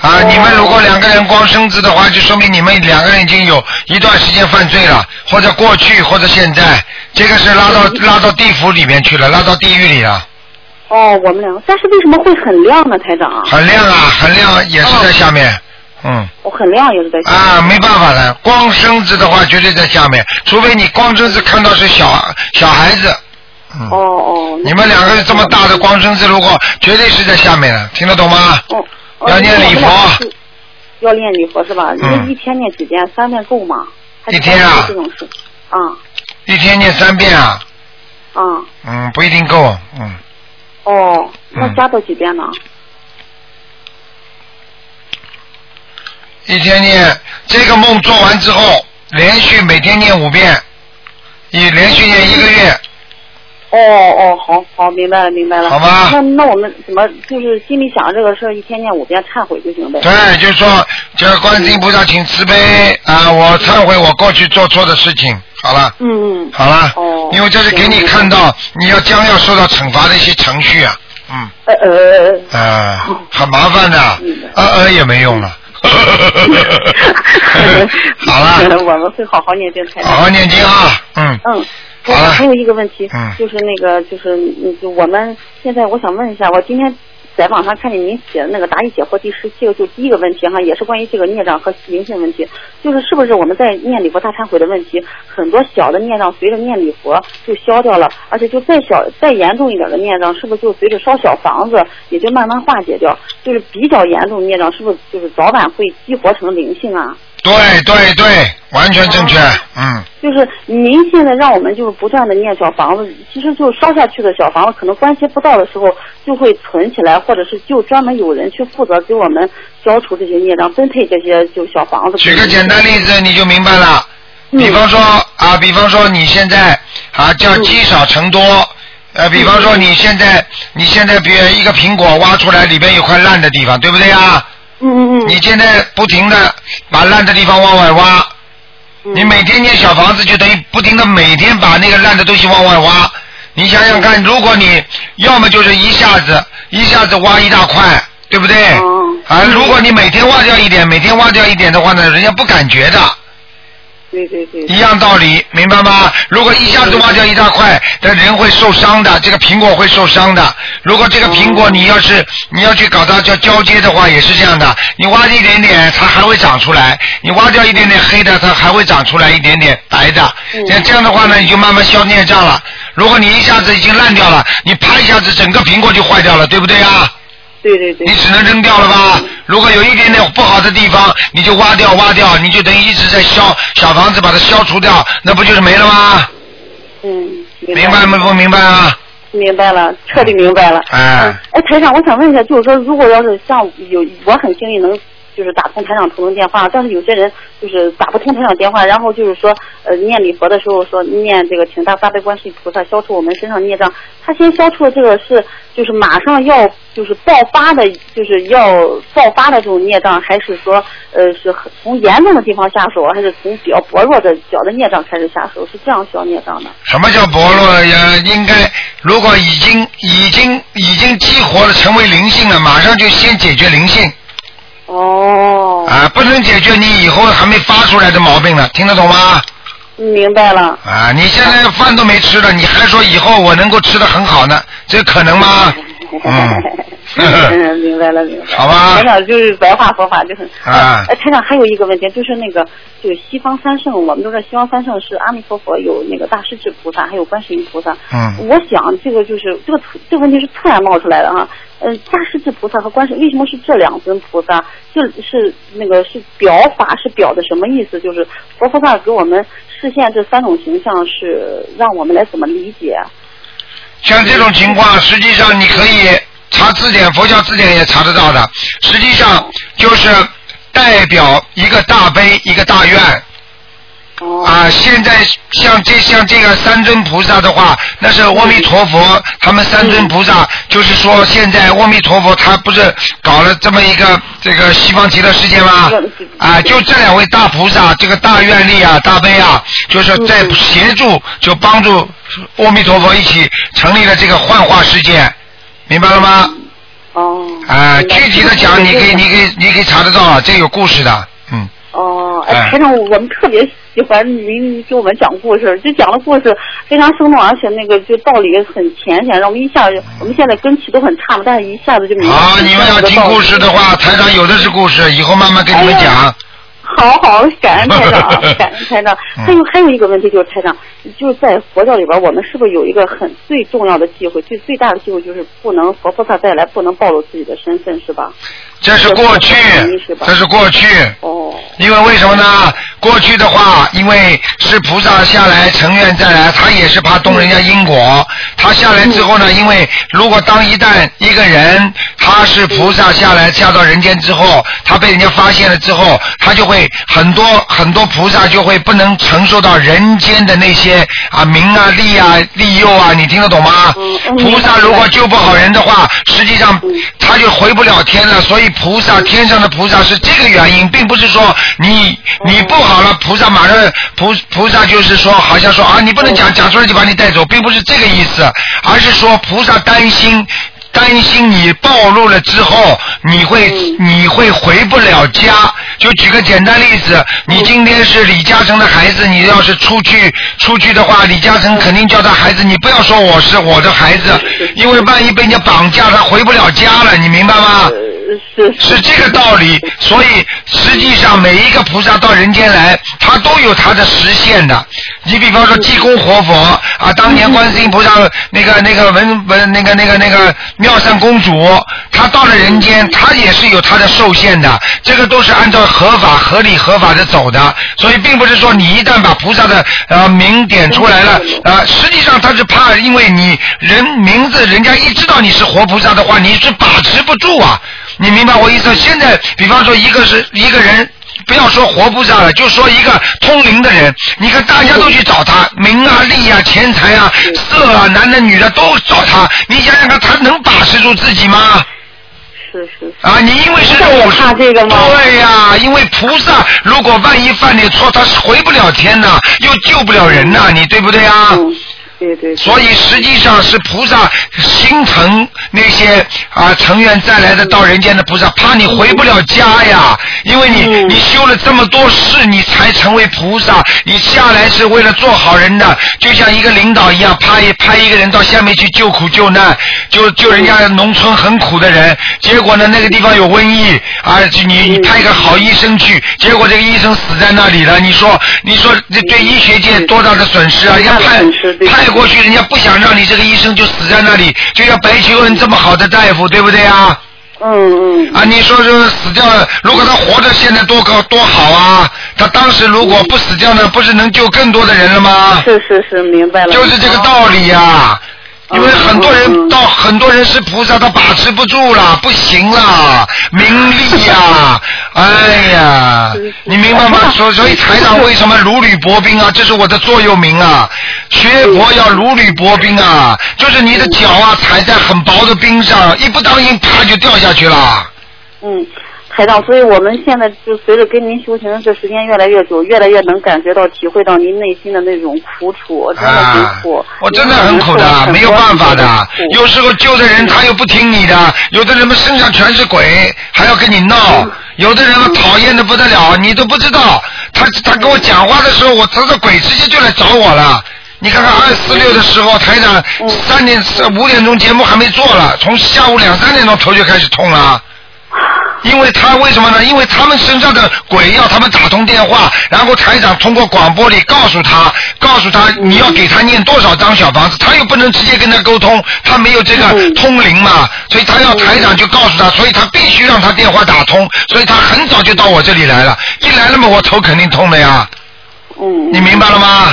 啊，你们如果两个人光生子的话，就说明你们两个人已经有一段时间犯罪了，或者过去，或者现在，这个是拉到拉到地府里面去了，拉到地狱里了。哦，我们两个，但是为什么会很亮呢，台长？很亮啊，很亮，也是在下面。嗯，我很亮也是在下啊，没办法的，光生子的话绝对在下面，除非你光生子看到是小小孩子。嗯、哦哦。你们两个人这么大的光生子，如果绝对是在下面的，听得懂吗？哦哦要念礼佛。要念礼佛是吧？一个嗯一天念几遍？三遍够吗？还是一天啊这种事。啊一天念三遍啊，啊嗯，不一定够，嗯，哦，那嗯加到几遍呢？一天念这个梦做完之后，连续每天念五遍，你连续念一个月，哦哦，好好，明白了明白了。好吧那那我们怎么就是心里想这个事儿，一天念五遍忏悔就行呗？对，就是说，这观世音菩萨请慈悲啊！我忏悔我过去做错的事情，好了，嗯嗯。好了，因为这是给你看到你要将要受到惩罚的一些程序啊，嗯，呃 呃，嗯啊，很麻烦的，呃呃也没用了， 好了，我们会好好念经台长。好好念经啊，嗯，嗯。我还有一个问题，嗯就是那个，就是嗯就我们现在，我想问一下，我今天在网上看见您写的那个《答疑解惑》第十七个，就第一个问题哈，也是关于这个孽障和灵性问题，就是是不是我们在念礼佛大忏悔的问题，很多小的孽障随着念礼佛就消掉了，而且就再小再严重一点的孽障，是不是就随着烧小房子也就慢慢化解掉？就是比较严重的孽障，是不是就是早晚会激活成灵性啊？对对对，完全正确，哦嗯，就是您现在让我们就是不断的念小房子，其实就烧下去的小房子，可能关系不到的时候就会存起来，或者是就专门有人去负责给我们消除这些孽障，分配这些就小房子。举个简单例子你就明白了。嗯比方说啊，比方说你现在啊叫嗯积少成多，呃，比方说你现在你现在比一个苹果挖出来里边有块烂的地方，对不对呀？嗯嗯你现在不停的把烂的地方往外挖，你每天建小房子就等于不停的每天把那个烂的东西往外挖。你想想看，如果你要么就是一下子一下子挖一大块，对不对？啊，如果你每天挖掉一点，每天挖掉一点的话呢，人家不感觉的。对对对。一样道理，明白吗？如果一下子挖掉一大块，那人会受伤的，这个苹果会受伤的。如果这个苹哦果你要是你要去搞它叫交接的话，也是这样的。你挖一点点，它还会长出来；你挖掉一点点黑的，它还会长出来一点点白的。嗯那这样的话呢，你就慢慢消孽障了。如果你一下子已经烂掉了，你啪一下子整个苹果就坏掉了，对不对啊？对对嗯对。你只能扔掉了吧？如果有一点点不好的地方，你就挖掉挖掉，你就等于一直在消小房子把它消除掉，那不就是没了吗？嗯，明白吗？不明白啊？明白了，彻底明白了。哎，哎，台长，我想问一下，就是说，如果要是像有我很幸运能就是打通台长同通电话，但是有些人就是打不通台长电话，然后就是说，呃，念礼佛的时候说念这个请大慈悲观世音菩萨消除我们身上孽障，他先消除了这个是就是马上要就是爆发的，就是要爆发的这种孽障，还是说呃是很从严重的地方下手，还是从比较薄弱的小的孽障开始下手？是这样消孽障的？什么叫薄弱呀？应该如果已经已经已经激活了，成为灵性了，马上就先解决灵性。哦。啊，不能解决你以后还没发出来的毛病了，听得懂吗？嗯明白了。啊，你现在饭都没吃了，你还说以后我能够吃得很好呢？这可能吗？嗯，嗯，明白了，明白了。好吧台长就是白话佛法就是。啊哎，台长还有一个问题，就是那个，就是西方三圣，我们都知道西方三圣是阿弥陀佛，有那个大势至菩萨，还有观世音菩萨。嗯我想这个就是这个突这个问题是突然冒出来的啊。嗯，大势至菩萨和观世为什么是这两尊菩萨？就是那个是表法是表的什么意思？就是佛菩萨给我们示现这三种形象，是让我们来怎么理解？啊像这种情况，实际上你可以查字典，佛教字典也查得到的。实际上就是代表一个大悲，一个大愿。啊，现在像这像这个三尊菩萨的话，那是阿弥陀佛，他们三尊菩萨就是说，现在阿弥陀佛他不是搞了这么一个这个西方极乐世界吗？啊，就这两位大菩萨，这个大愿力啊、大悲啊，就是在协助，就帮助阿弥陀佛一起成立了这个幻化世界，明白了吗？哦。啊，具体的讲，你可以你可以你可以查得到啊，这有故事的，嗯。哦，哎哎，台长，我们特别喜欢您给我们讲故事，就讲的故事非常生动，而且那个就道理很浅显，让我们一下，我们现在根气都很差嘛，但是一下子就明白。啊，你们要听故事的话，台长有的是故事，以后慢慢跟你们讲。 好好，感恩台长， 感恩台长。还嗯有还有一个问题就是台长，就是在佛教里边，我们是不是有一个很最重要的忌讳，最最大的忌讳就是不能佛菩萨再来，不能暴露自己的身份，是吧？这是过去，这是过去。哦。因为为什么呢？过去的话，因为是菩萨下来成愿再来，他也是怕动人家因果。他下来之后呢，因为如果当一旦一个人他是菩萨下来下到人间之后，他被人家发现了之后，他就会很多很多菩萨就会不能承受到人间的那些啊名啊利啊利诱啊，你听得懂吗？菩萨如果救不好人的话，实际上他就回不了天了。所以菩萨天上的菩萨是这个原因，并不是说你你不好了，菩萨马上菩菩萨就是说好像说啊你不能讲讲出来就把你带走，并不是这个意思，而是说菩萨担心。担心你暴露了之后，你会你会回不了家。就举个简单例子，你今天是李嘉诚的孩子，你要是出去出去的话，李嘉诚肯定叫他孩子，你不要说我是我的孩子，因为万一被人家绑架，他回不了家了，你明白吗？是是这个道理，所以实际上每一个菩萨到人间来，他都有他的实现的。你比方说济公活佛啊，当年观世音菩萨那个那个文文那个那个那个妙善公主，她到了人间，她也是有她的受限的。这个都是按照合法、合理、合法的走的，所以并不是说你一旦把菩萨的呃名点出来了，呃，实际上他是怕，因为你人名字人家一知道你是活菩萨的话，你是把持不住啊。你明白我意思？现在，比方说，一个是一个人，不要说活菩萨了，就说一个通灵的人，你看大家都去找他，名啊、利啊、钱财啊、色啊，男的女的都找他，你想想看，他能把持住自己吗？是是啊，你因为是肉怕这个吗？对呀、因为菩萨如果万一犯点错，他是回不了天呐，又救不了人呐，你对不对啊？对对。所以实际上是菩萨心疼那些啊成员再来的到人间的菩萨，怕你回不了家呀，因为你你修了这么多事，你才成为菩萨，你下来是为了做好人的，就像一个领导一样，派一派一个人到下面去救苦救难，就救人家农村很苦的人，结果呢那个地方有瘟疫啊，就你你派一个好医生去，结果这个医生死在那里了，你说你说这对医学界嗯多大的损失啊！人家派派过去，人家不想让你这个医生就死在那里，就像白求恩这么好的大夫，对不对啊？嗯嗯。啊，你说这死掉了，如果他活着，现在多高多好啊！他当时如果不死掉呢，不是能救更多的人了吗？是是是，明白了。哦就是这个道理呀、因为很多人到很多人是菩萨，他把持不住了，不行了，名利呀、 哎呀，你明白吗？所所以台长为什么如履薄冰啊？这是我的座右铭啊，学佛要如履薄冰啊，就是你的脚啊踩在很薄的冰上，一不当心啪就掉下去了。嗯，台长，所以我们现在就随着跟您修行的这时间越来越久，越来越能感觉到、体会到您内心的那种苦楚，真的很苦。啊我真的很苦的，没有办法的。有时候救的人他又不听你的，有的人们身上全是鬼，还要跟你闹；有的人嘛讨厌的不得了，你都不知道。他他跟我讲话的时候，我他这鬼直接就来找我了。你看看二四六的时候，台长三点五点钟节目还没做了，从下午两三点钟头就开始痛了。因为他为什么呢？因为他们身上的鬼要他们打通电话，然后台长通过广播里告诉他，告诉他你要给他念多少张小房子，他又不能直接跟他沟通，他没有这个通灵嘛，所以他要台长就告诉他，所以他必须让他电话打通，所以他很早就到我这里来了，一来了嘛，我头肯定痛了呀。嗯。你明白了吗？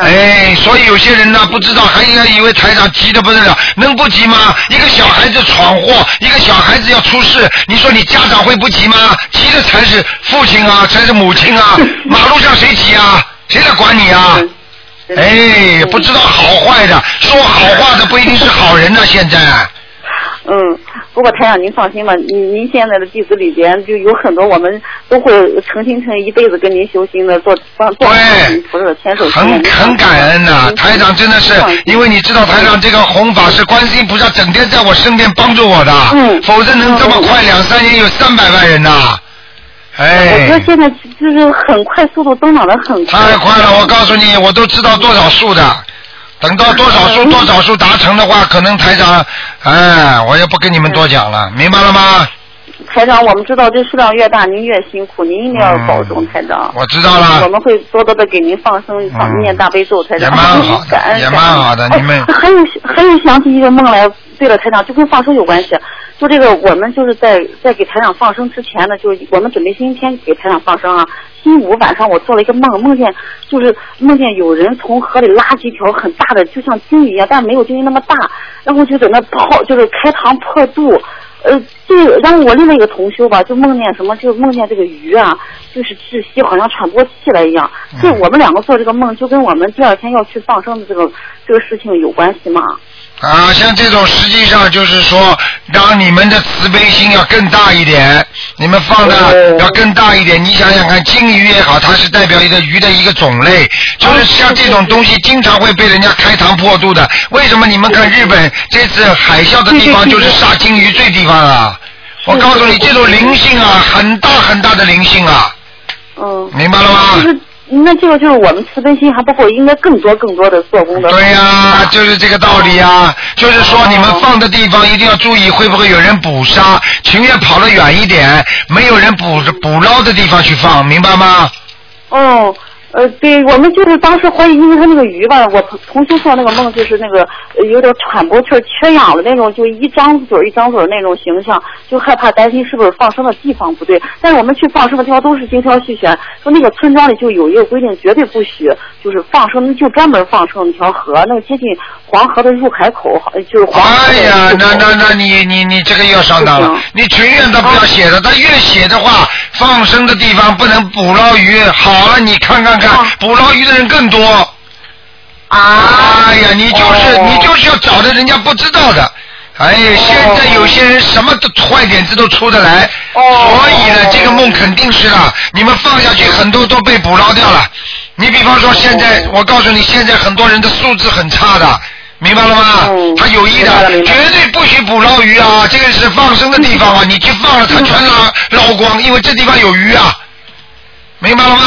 哎，所以有些人呢不知道，还应该以为台长急得不得了，能不急吗？一个小孩子闯祸，一个小孩子要出事，你说你家长会不急吗？急的才是父亲啊，才是母亲啊，马路上谁急啊？谁来管你啊？哎，不知道好坏的，说好话的不一定是好人呢、现在。嗯，不过台长您放心吧，您您现在的弟子里边就有很多我们都会诚心诚意一辈子跟您修心的，做帮做菩萨的千手千眼很。很感恩啊呐、台长真的是，因为你知道台长这个弘法是观世音菩萨整天在我身边帮助我的，否则能这么快两三年有三百万人呐、我哎觉，得现在就是很快速度增长的很快。太快了！我告诉你，我都知道多少数的，等到多少数多少数达成的话，可能台长，哎，我也不跟你们多讲了，明白了吗？台长，我们知道这数量越大，您越辛苦，您一定要保重，台长。嗯嗯我知道了嗯我们会多多的给您放生、放念大悲咒，台长。好的，也蛮好的，你们。还有还有想起一个梦来，对了，台长就跟放生有关系。就这个，我们就是在在给台长放生之前呢，就是我们准备星期天给台长放生啊。星期五晚上我做了一个梦，梦见就是梦见有人从河里拉起一条很大的，就像鲸鱼一样，但没有鲸鱼那么大，然后就在那泡，就是开膛破肚。呃，这个，然后我另外一个同修吧，就梦见什么，就梦见这个鱼啊，就是窒息，好像喘不过气来一样。这我们两个做这个梦，就跟我们第二天要去放生的这个这个事情有关系吗？啊，像这种实际上就是说，让你们的慈悲心要更大一点，你们放的要更大一点。你想想看，金鱼也好，它是代表一个鱼的一个种类，就是像这种东西经常会被人家开膛破肚的。为什么你们看日本这次海啸的地方就是杀金鱼最地方啊？我告诉你，这种灵性啊，很大很大的灵性啊。嗯。明白了吗？就是那这个就是我们慈悲心还不够，应该更多更多的啊做功德。对呀、就是这个道理呀、就是说你们放的地方一定要注意，会不会有人捕杀？情愿跑得远一点，没有人捕捕捞的地方去放，明白吗？哦，呃，对，我们就是当时怀疑，因为他那个鱼吧，我同同修做那个梦，就是那个呃有点喘不过气儿、缺氧了那种，就一张嘴儿一张嘴儿那种形象，就害怕担心是不是放生的地方不对。但是我们去放生的地方都是精挑细选，说那个村庄里就有一个规定，绝对不许就是放生，就专门放生一条河，那个接近黄河的入海口，好就是黄河哎的呀入，口那那那你你你这个又要上当了。你情愿他不要写的，他越写的话，放生的地方不能捕捞鱼。好了，你看看看，捕捞鱼的人更多。啊！哎呀，你就是你就是要找的人家不知道的。哎，现在有些人什么都坏点子都出得来，所以呢，这个梦肯定是了。你们放下去，很多都被捕捞掉了。你比方说现在，我告诉你，现在很多人的素质很差的，明白了吗？嗯他有意的，绝对不许捕捞鱼啊！这个是放生的地方啊，你去放了，他全嗯捞捞光，因为这地方有鱼啊，明白了吗？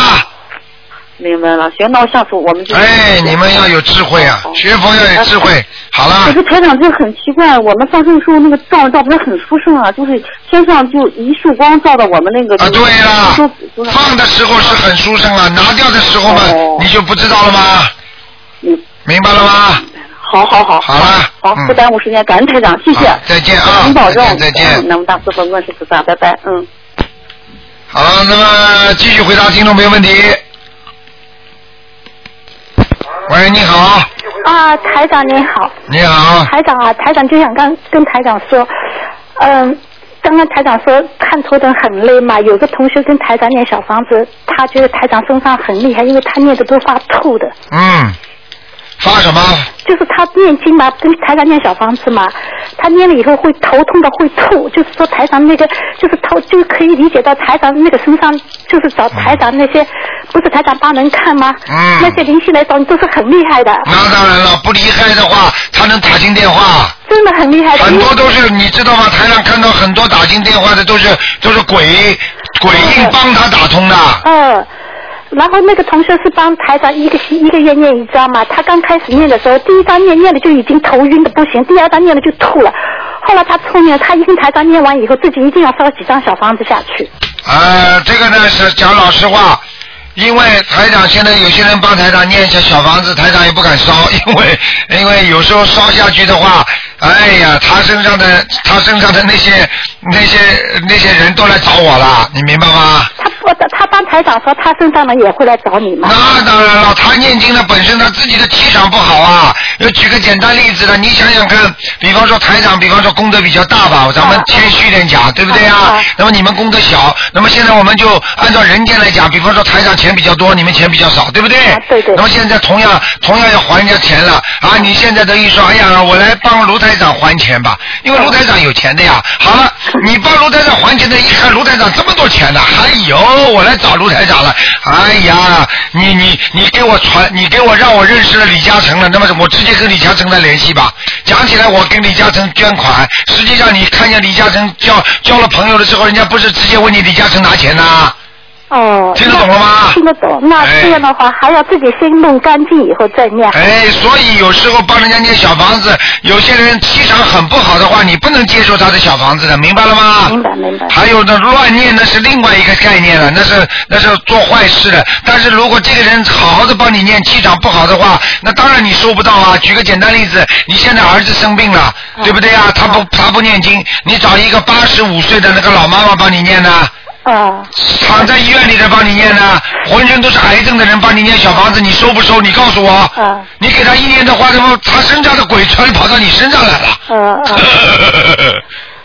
明白了，行，那我下次我们就哎，你们要有智慧啊，哦学佛要有智慧。好了可，是台长，这很奇怪，我们放生的时候那个照照片很殊胜啊，就是天上就一束光照到我们那个。啊，对了。放的时候是很殊胜了，拿掉的时候嘛，哦你就不知道了吗？明白了吗？嗯好好好。好了，好，不耽误时间，感恩台长，谢谢。再见嗯啊您保重。再见再见嗯南无大慈悲观世菩萨，拜拜，嗯。好了，那么继续回答听众朋友问题。喂，你好，啊，台长您好。你好，台长啊，台长就想刚跟台长说，嗯，刚刚台长说看头疼很累嘛，有个同学跟台长念小房子，他觉得台长身上很厉害，因为他念的都发吐的，嗯，发什么？就是他念经嘛，跟台长念小房子嘛，他念了以后会头痛的会吐，就是说台长那个就是头就可以理解到台长那个身上就是找台长那些、不是台长帮人看吗？嗯那些灵性来找你都是很厉害的，那当然了，不厉害的话，他能打进电话。真的很厉害的。很多都是你知道吗？台上看到很多打进电话的都是都是鬼鬼硬帮他打通的。嗯，然后那个同学是帮台长一个星一个月念一张嘛，他刚开始念的时候，第一张念念的就已经头晕的不行，第二张念的就吐了。后来他聪明了，他一跟台长念完以后，自己一定要烧几张小房子下去。呃，这个呢是讲老实话，因为台长现在有些人帮台长念一下小房子，台长也不敢烧， 因为因为有时候烧下去的话，哎呀，他身上的他身上的那些那些那些人都来找我了，你明白吗？他不，他帮台长说他身上的也会来找你嘛。那当然了，他念经呢，本身他自己的气场不好啊。就举个简单例子的，你想想看，比方说台长，比方说功德比较大吧，咱们谦虚点讲，对不对啊？那么你们功德小，那么现在我们就按照人间来讲，比方说台长钱比较多，你们钱比较少，对不对？啊对对。那么现在同样同样要还人家钱了啊！你现在等于说，哎呀，我来帮卢台长还钱吧，因为卢台长有钱的呀。好了，你帮卢台长还钱的，一看卢台长这么多钱呢，还有我来找卢台长了。哎呀，你你你给我传，你给我让我认识了李嘉诚了，那么我直接跟李嘉诚来联系吧。讲起来我跟李嘉诚捐款，实际上你看见李嘉诚交交了朋友的时候，人家不是直接问你李嘉诚拿钱呐、哦，听得懂了吗？听得懂。那这样的话，还要自己先弄干净以后再念。哎，所以有时候帮人家念小房子，有些人气场很不好的话，你不能接受他的小房子的，明白了吗？明白明白。还有呢，乱念那是另外一个概念了，那是那是做坏事的。但是如果这个人好好的帮你念，气场不好的话，那当然你收不到啊。举个简单例子，你现在儿子生病了，嗯对不对啊？他不他不念经，你找一个八十五岁的那个老妈妈帮你念呢、啊，躺在医院里的帮你念呢，浑身都是癌症的人帮你念小房子，你收不收？你告诉我。你给他一年的话，那么他身上的鬼全跑到你身上来了。嗯 嗯。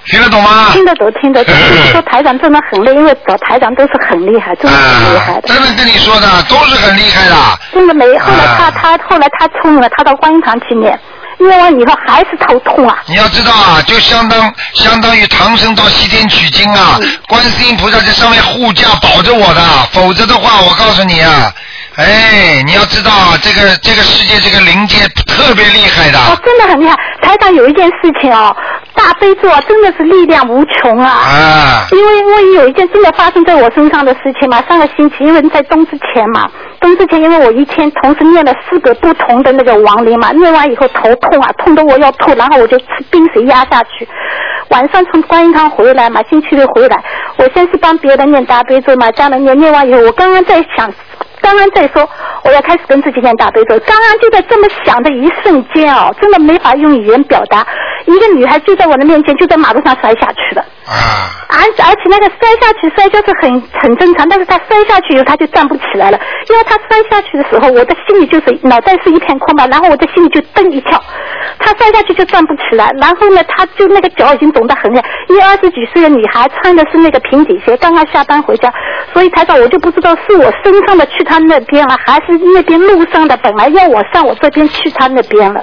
听得懂吗？听得懂，听得懂。就是说台长真的很累，因为找台长都是很厉害，真的很厉害的。真的跟你说的都是很厉害的。真的没。啊后来他、他后来他聪明了，他到观音堂去念，念完以后还是头痛啊。你要知道啊，就相当相当于唐僧到西天取经啊，观世音菩萨在上面护驾保着我的，否则的话，我告诉你啊，哎，你要知道啊这个这个世界这个灵界特别厉害的。哦，真的很厉害。台长有一件事情哦，大悲咒啊，真的是力量无穷啊。啊。因为因为有一件真的发生在我身上的事情嘛，上个星期，因为在冬之前嘛，冬之前因为我一天同时念了四个不同的那个亡灵嘛，念完以后头痛啊，痛得我要吐，然后我就吃冰水压下去。晚上从观音堂回来嘛，星期六回来，我先是帮别人念大悲咒嘛，家人念，念完以后，我刚刚在想刚刚在说我要开始跟自己念大悲咒，刚刚就在这么想的一瞬间哦，真的没法用语言表达。一个女孩就在我的面前，就在马路上摔下去了。啊！而而且那个摔下去摔跤是很很正常，但是她摔下去以后她就站不起来了，因为她摔下去的时候，我的心里就是脑袋是一片空白，然后我的心里就噔一跳，她摔下去就站不起来，然后呢，她就那个脚已经肿得很厉害，一个二十几岁的女孩穿的是那个平底鞋，刚刚下班回家，所以台长我就不知道是我身上的去她那边了，还是那边路上的本来要我上我这边去她那边了。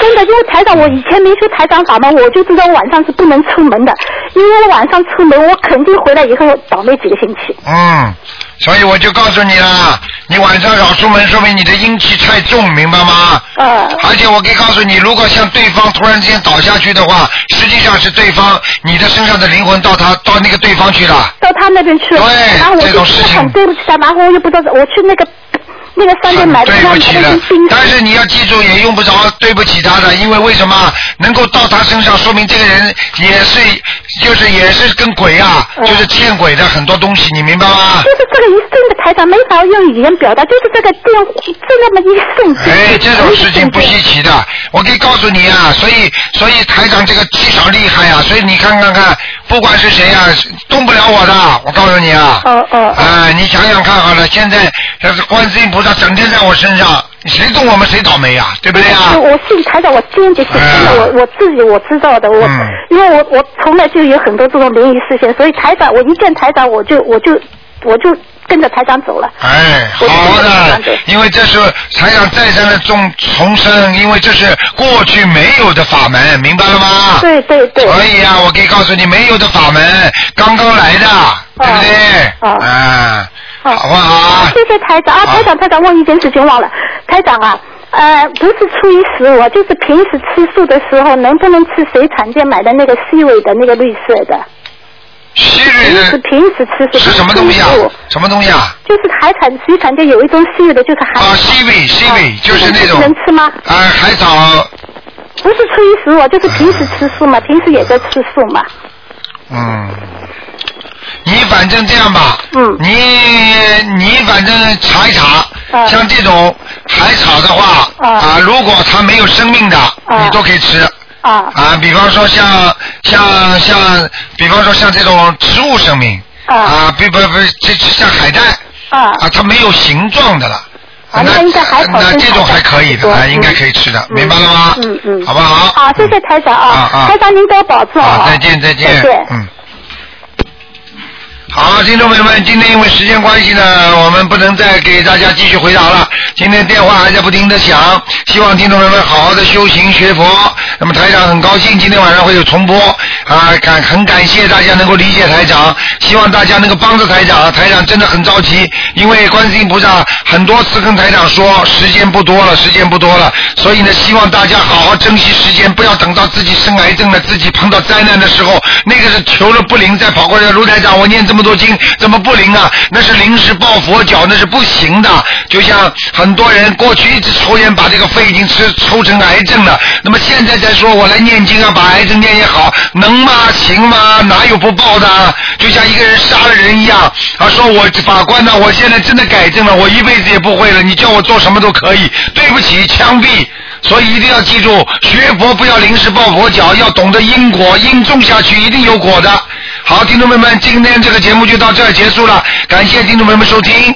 真的，因为台长，我以前没学台长法嘛，我就知道晚上是不能出门的，因为晚上出门，我肯定回来以后倒霉几个星期。嗯，所以我就告诉你啦，你晚上少出门，说明你的阴气太重，明白吗？嗯。而且我可以告诉你，如果像对方突然之间倒下去的话，实际上是对方你的身上的灵魂到他到那个对方去了。到他那边去了。然后我就真的很对不起他，然后我又不知道，我去那个那个商店买的，对他不买起的了是冰。，但是你要记住，也用不着对不起他的，因为为什么能够到他身上，说明这个人也是，就是也是跟鬼啊，就是欠鬼的很多东西，你明白吗？就是这个一瞬的台长没法用语言表达，就是这个电这那么一瞬间。哎，这种事情不稀奇的，我可以告诉你啊，所以所以台长这个气场厉害啊，所以你看看看，不管是谁啊，动不了我的，我告诉你啊。哦哦。哎，你想想看好了，现在这是观世音菩萨整天在我身上，谁动我们谁倒霉啊，对不对哎啊？我我信台长，我坚决信，真的，我我自己我知道的，我、嗯因为我我从来就有很多这种灵异事件，所以台长我一见台长我就我就我就跟着台长走了。哎，好的，因为这是财长再三的重重申，因为这是过去没有的法门，明白了吗？对对对。所以啊，我可以告诉你，没有的法门，刚刚来的，对不对？啊，好不好？谢谢台长啊，台长台长问一件事情忘了，台长啊。呃，不是初一十五啊，就是平时吃素的时候，能不能吃水产店买的那个西蕊的那个绿色的？西蕊的。是平时吃素。是什么东西啊不是素？什么东西啊？就是海产水产店有一种西蕊的，就是海。啊，西蕊西蕊就是那种能吃吗？啊，海藻，不是初一十五啊，就是平时吃素嘛，平时也在吃素嘛。嗯，你反正这样吧，嗯，你你反正查一查，嗯像这种海草的话，啊、如果它没有生命的，嗯你都可以吃。啊啊，比方说像像像，比方说像这种植物生命，啊，嗯比不不，这这像海带，啊，它没有形状的了，啊，那应该海草那跟这种还海可以的，啊，应该可以吃的，明白了吗？嗯嗯，好不好？好，谢谢台长啊，啊啊台长您多保重啊好，，再见，再见，再见。嗯。好，听众朋友们，今天因为时间关系呢，我们不能再给大家继续回答了。今天电话还在不停的响，希望听众朋友们好好的修行学佛。那么台长很高兴今天晚上会有重播啊，感很感谢大家能够理解台长，希望大家能够帮着台长。啊台长真的很着急，因为观世音菩萨很多次跟台长说时间不多了，时间不多了，所以呢，希望大家好好珍惜时间，不要等到自己生癌症了，自己碰到灾难的时候，那个是求了不灵，再跑过来卢台长，我念这么多经怎么不灵啊？那是临时抱佛脚，那是不行的。就像很多人过去一直抽烟，把这个肺已经吃抽成癌症了，那么现在再说我来念经啊，把癌症念也好，能吗？行吗？哪有不报的啊？就像一个人杀了人一样，啊，说我法官呢、我现在真的改正了，我一辈子也不会了，你叫我做什么都可以，对不起，枪毙。所以一定要记住，学佛不要临时抱佛脚，要懂得因果，因种下去一定有果的。好，听众朋友们，今天这个节目就到这儿结束了，感谢听众朋友们收听。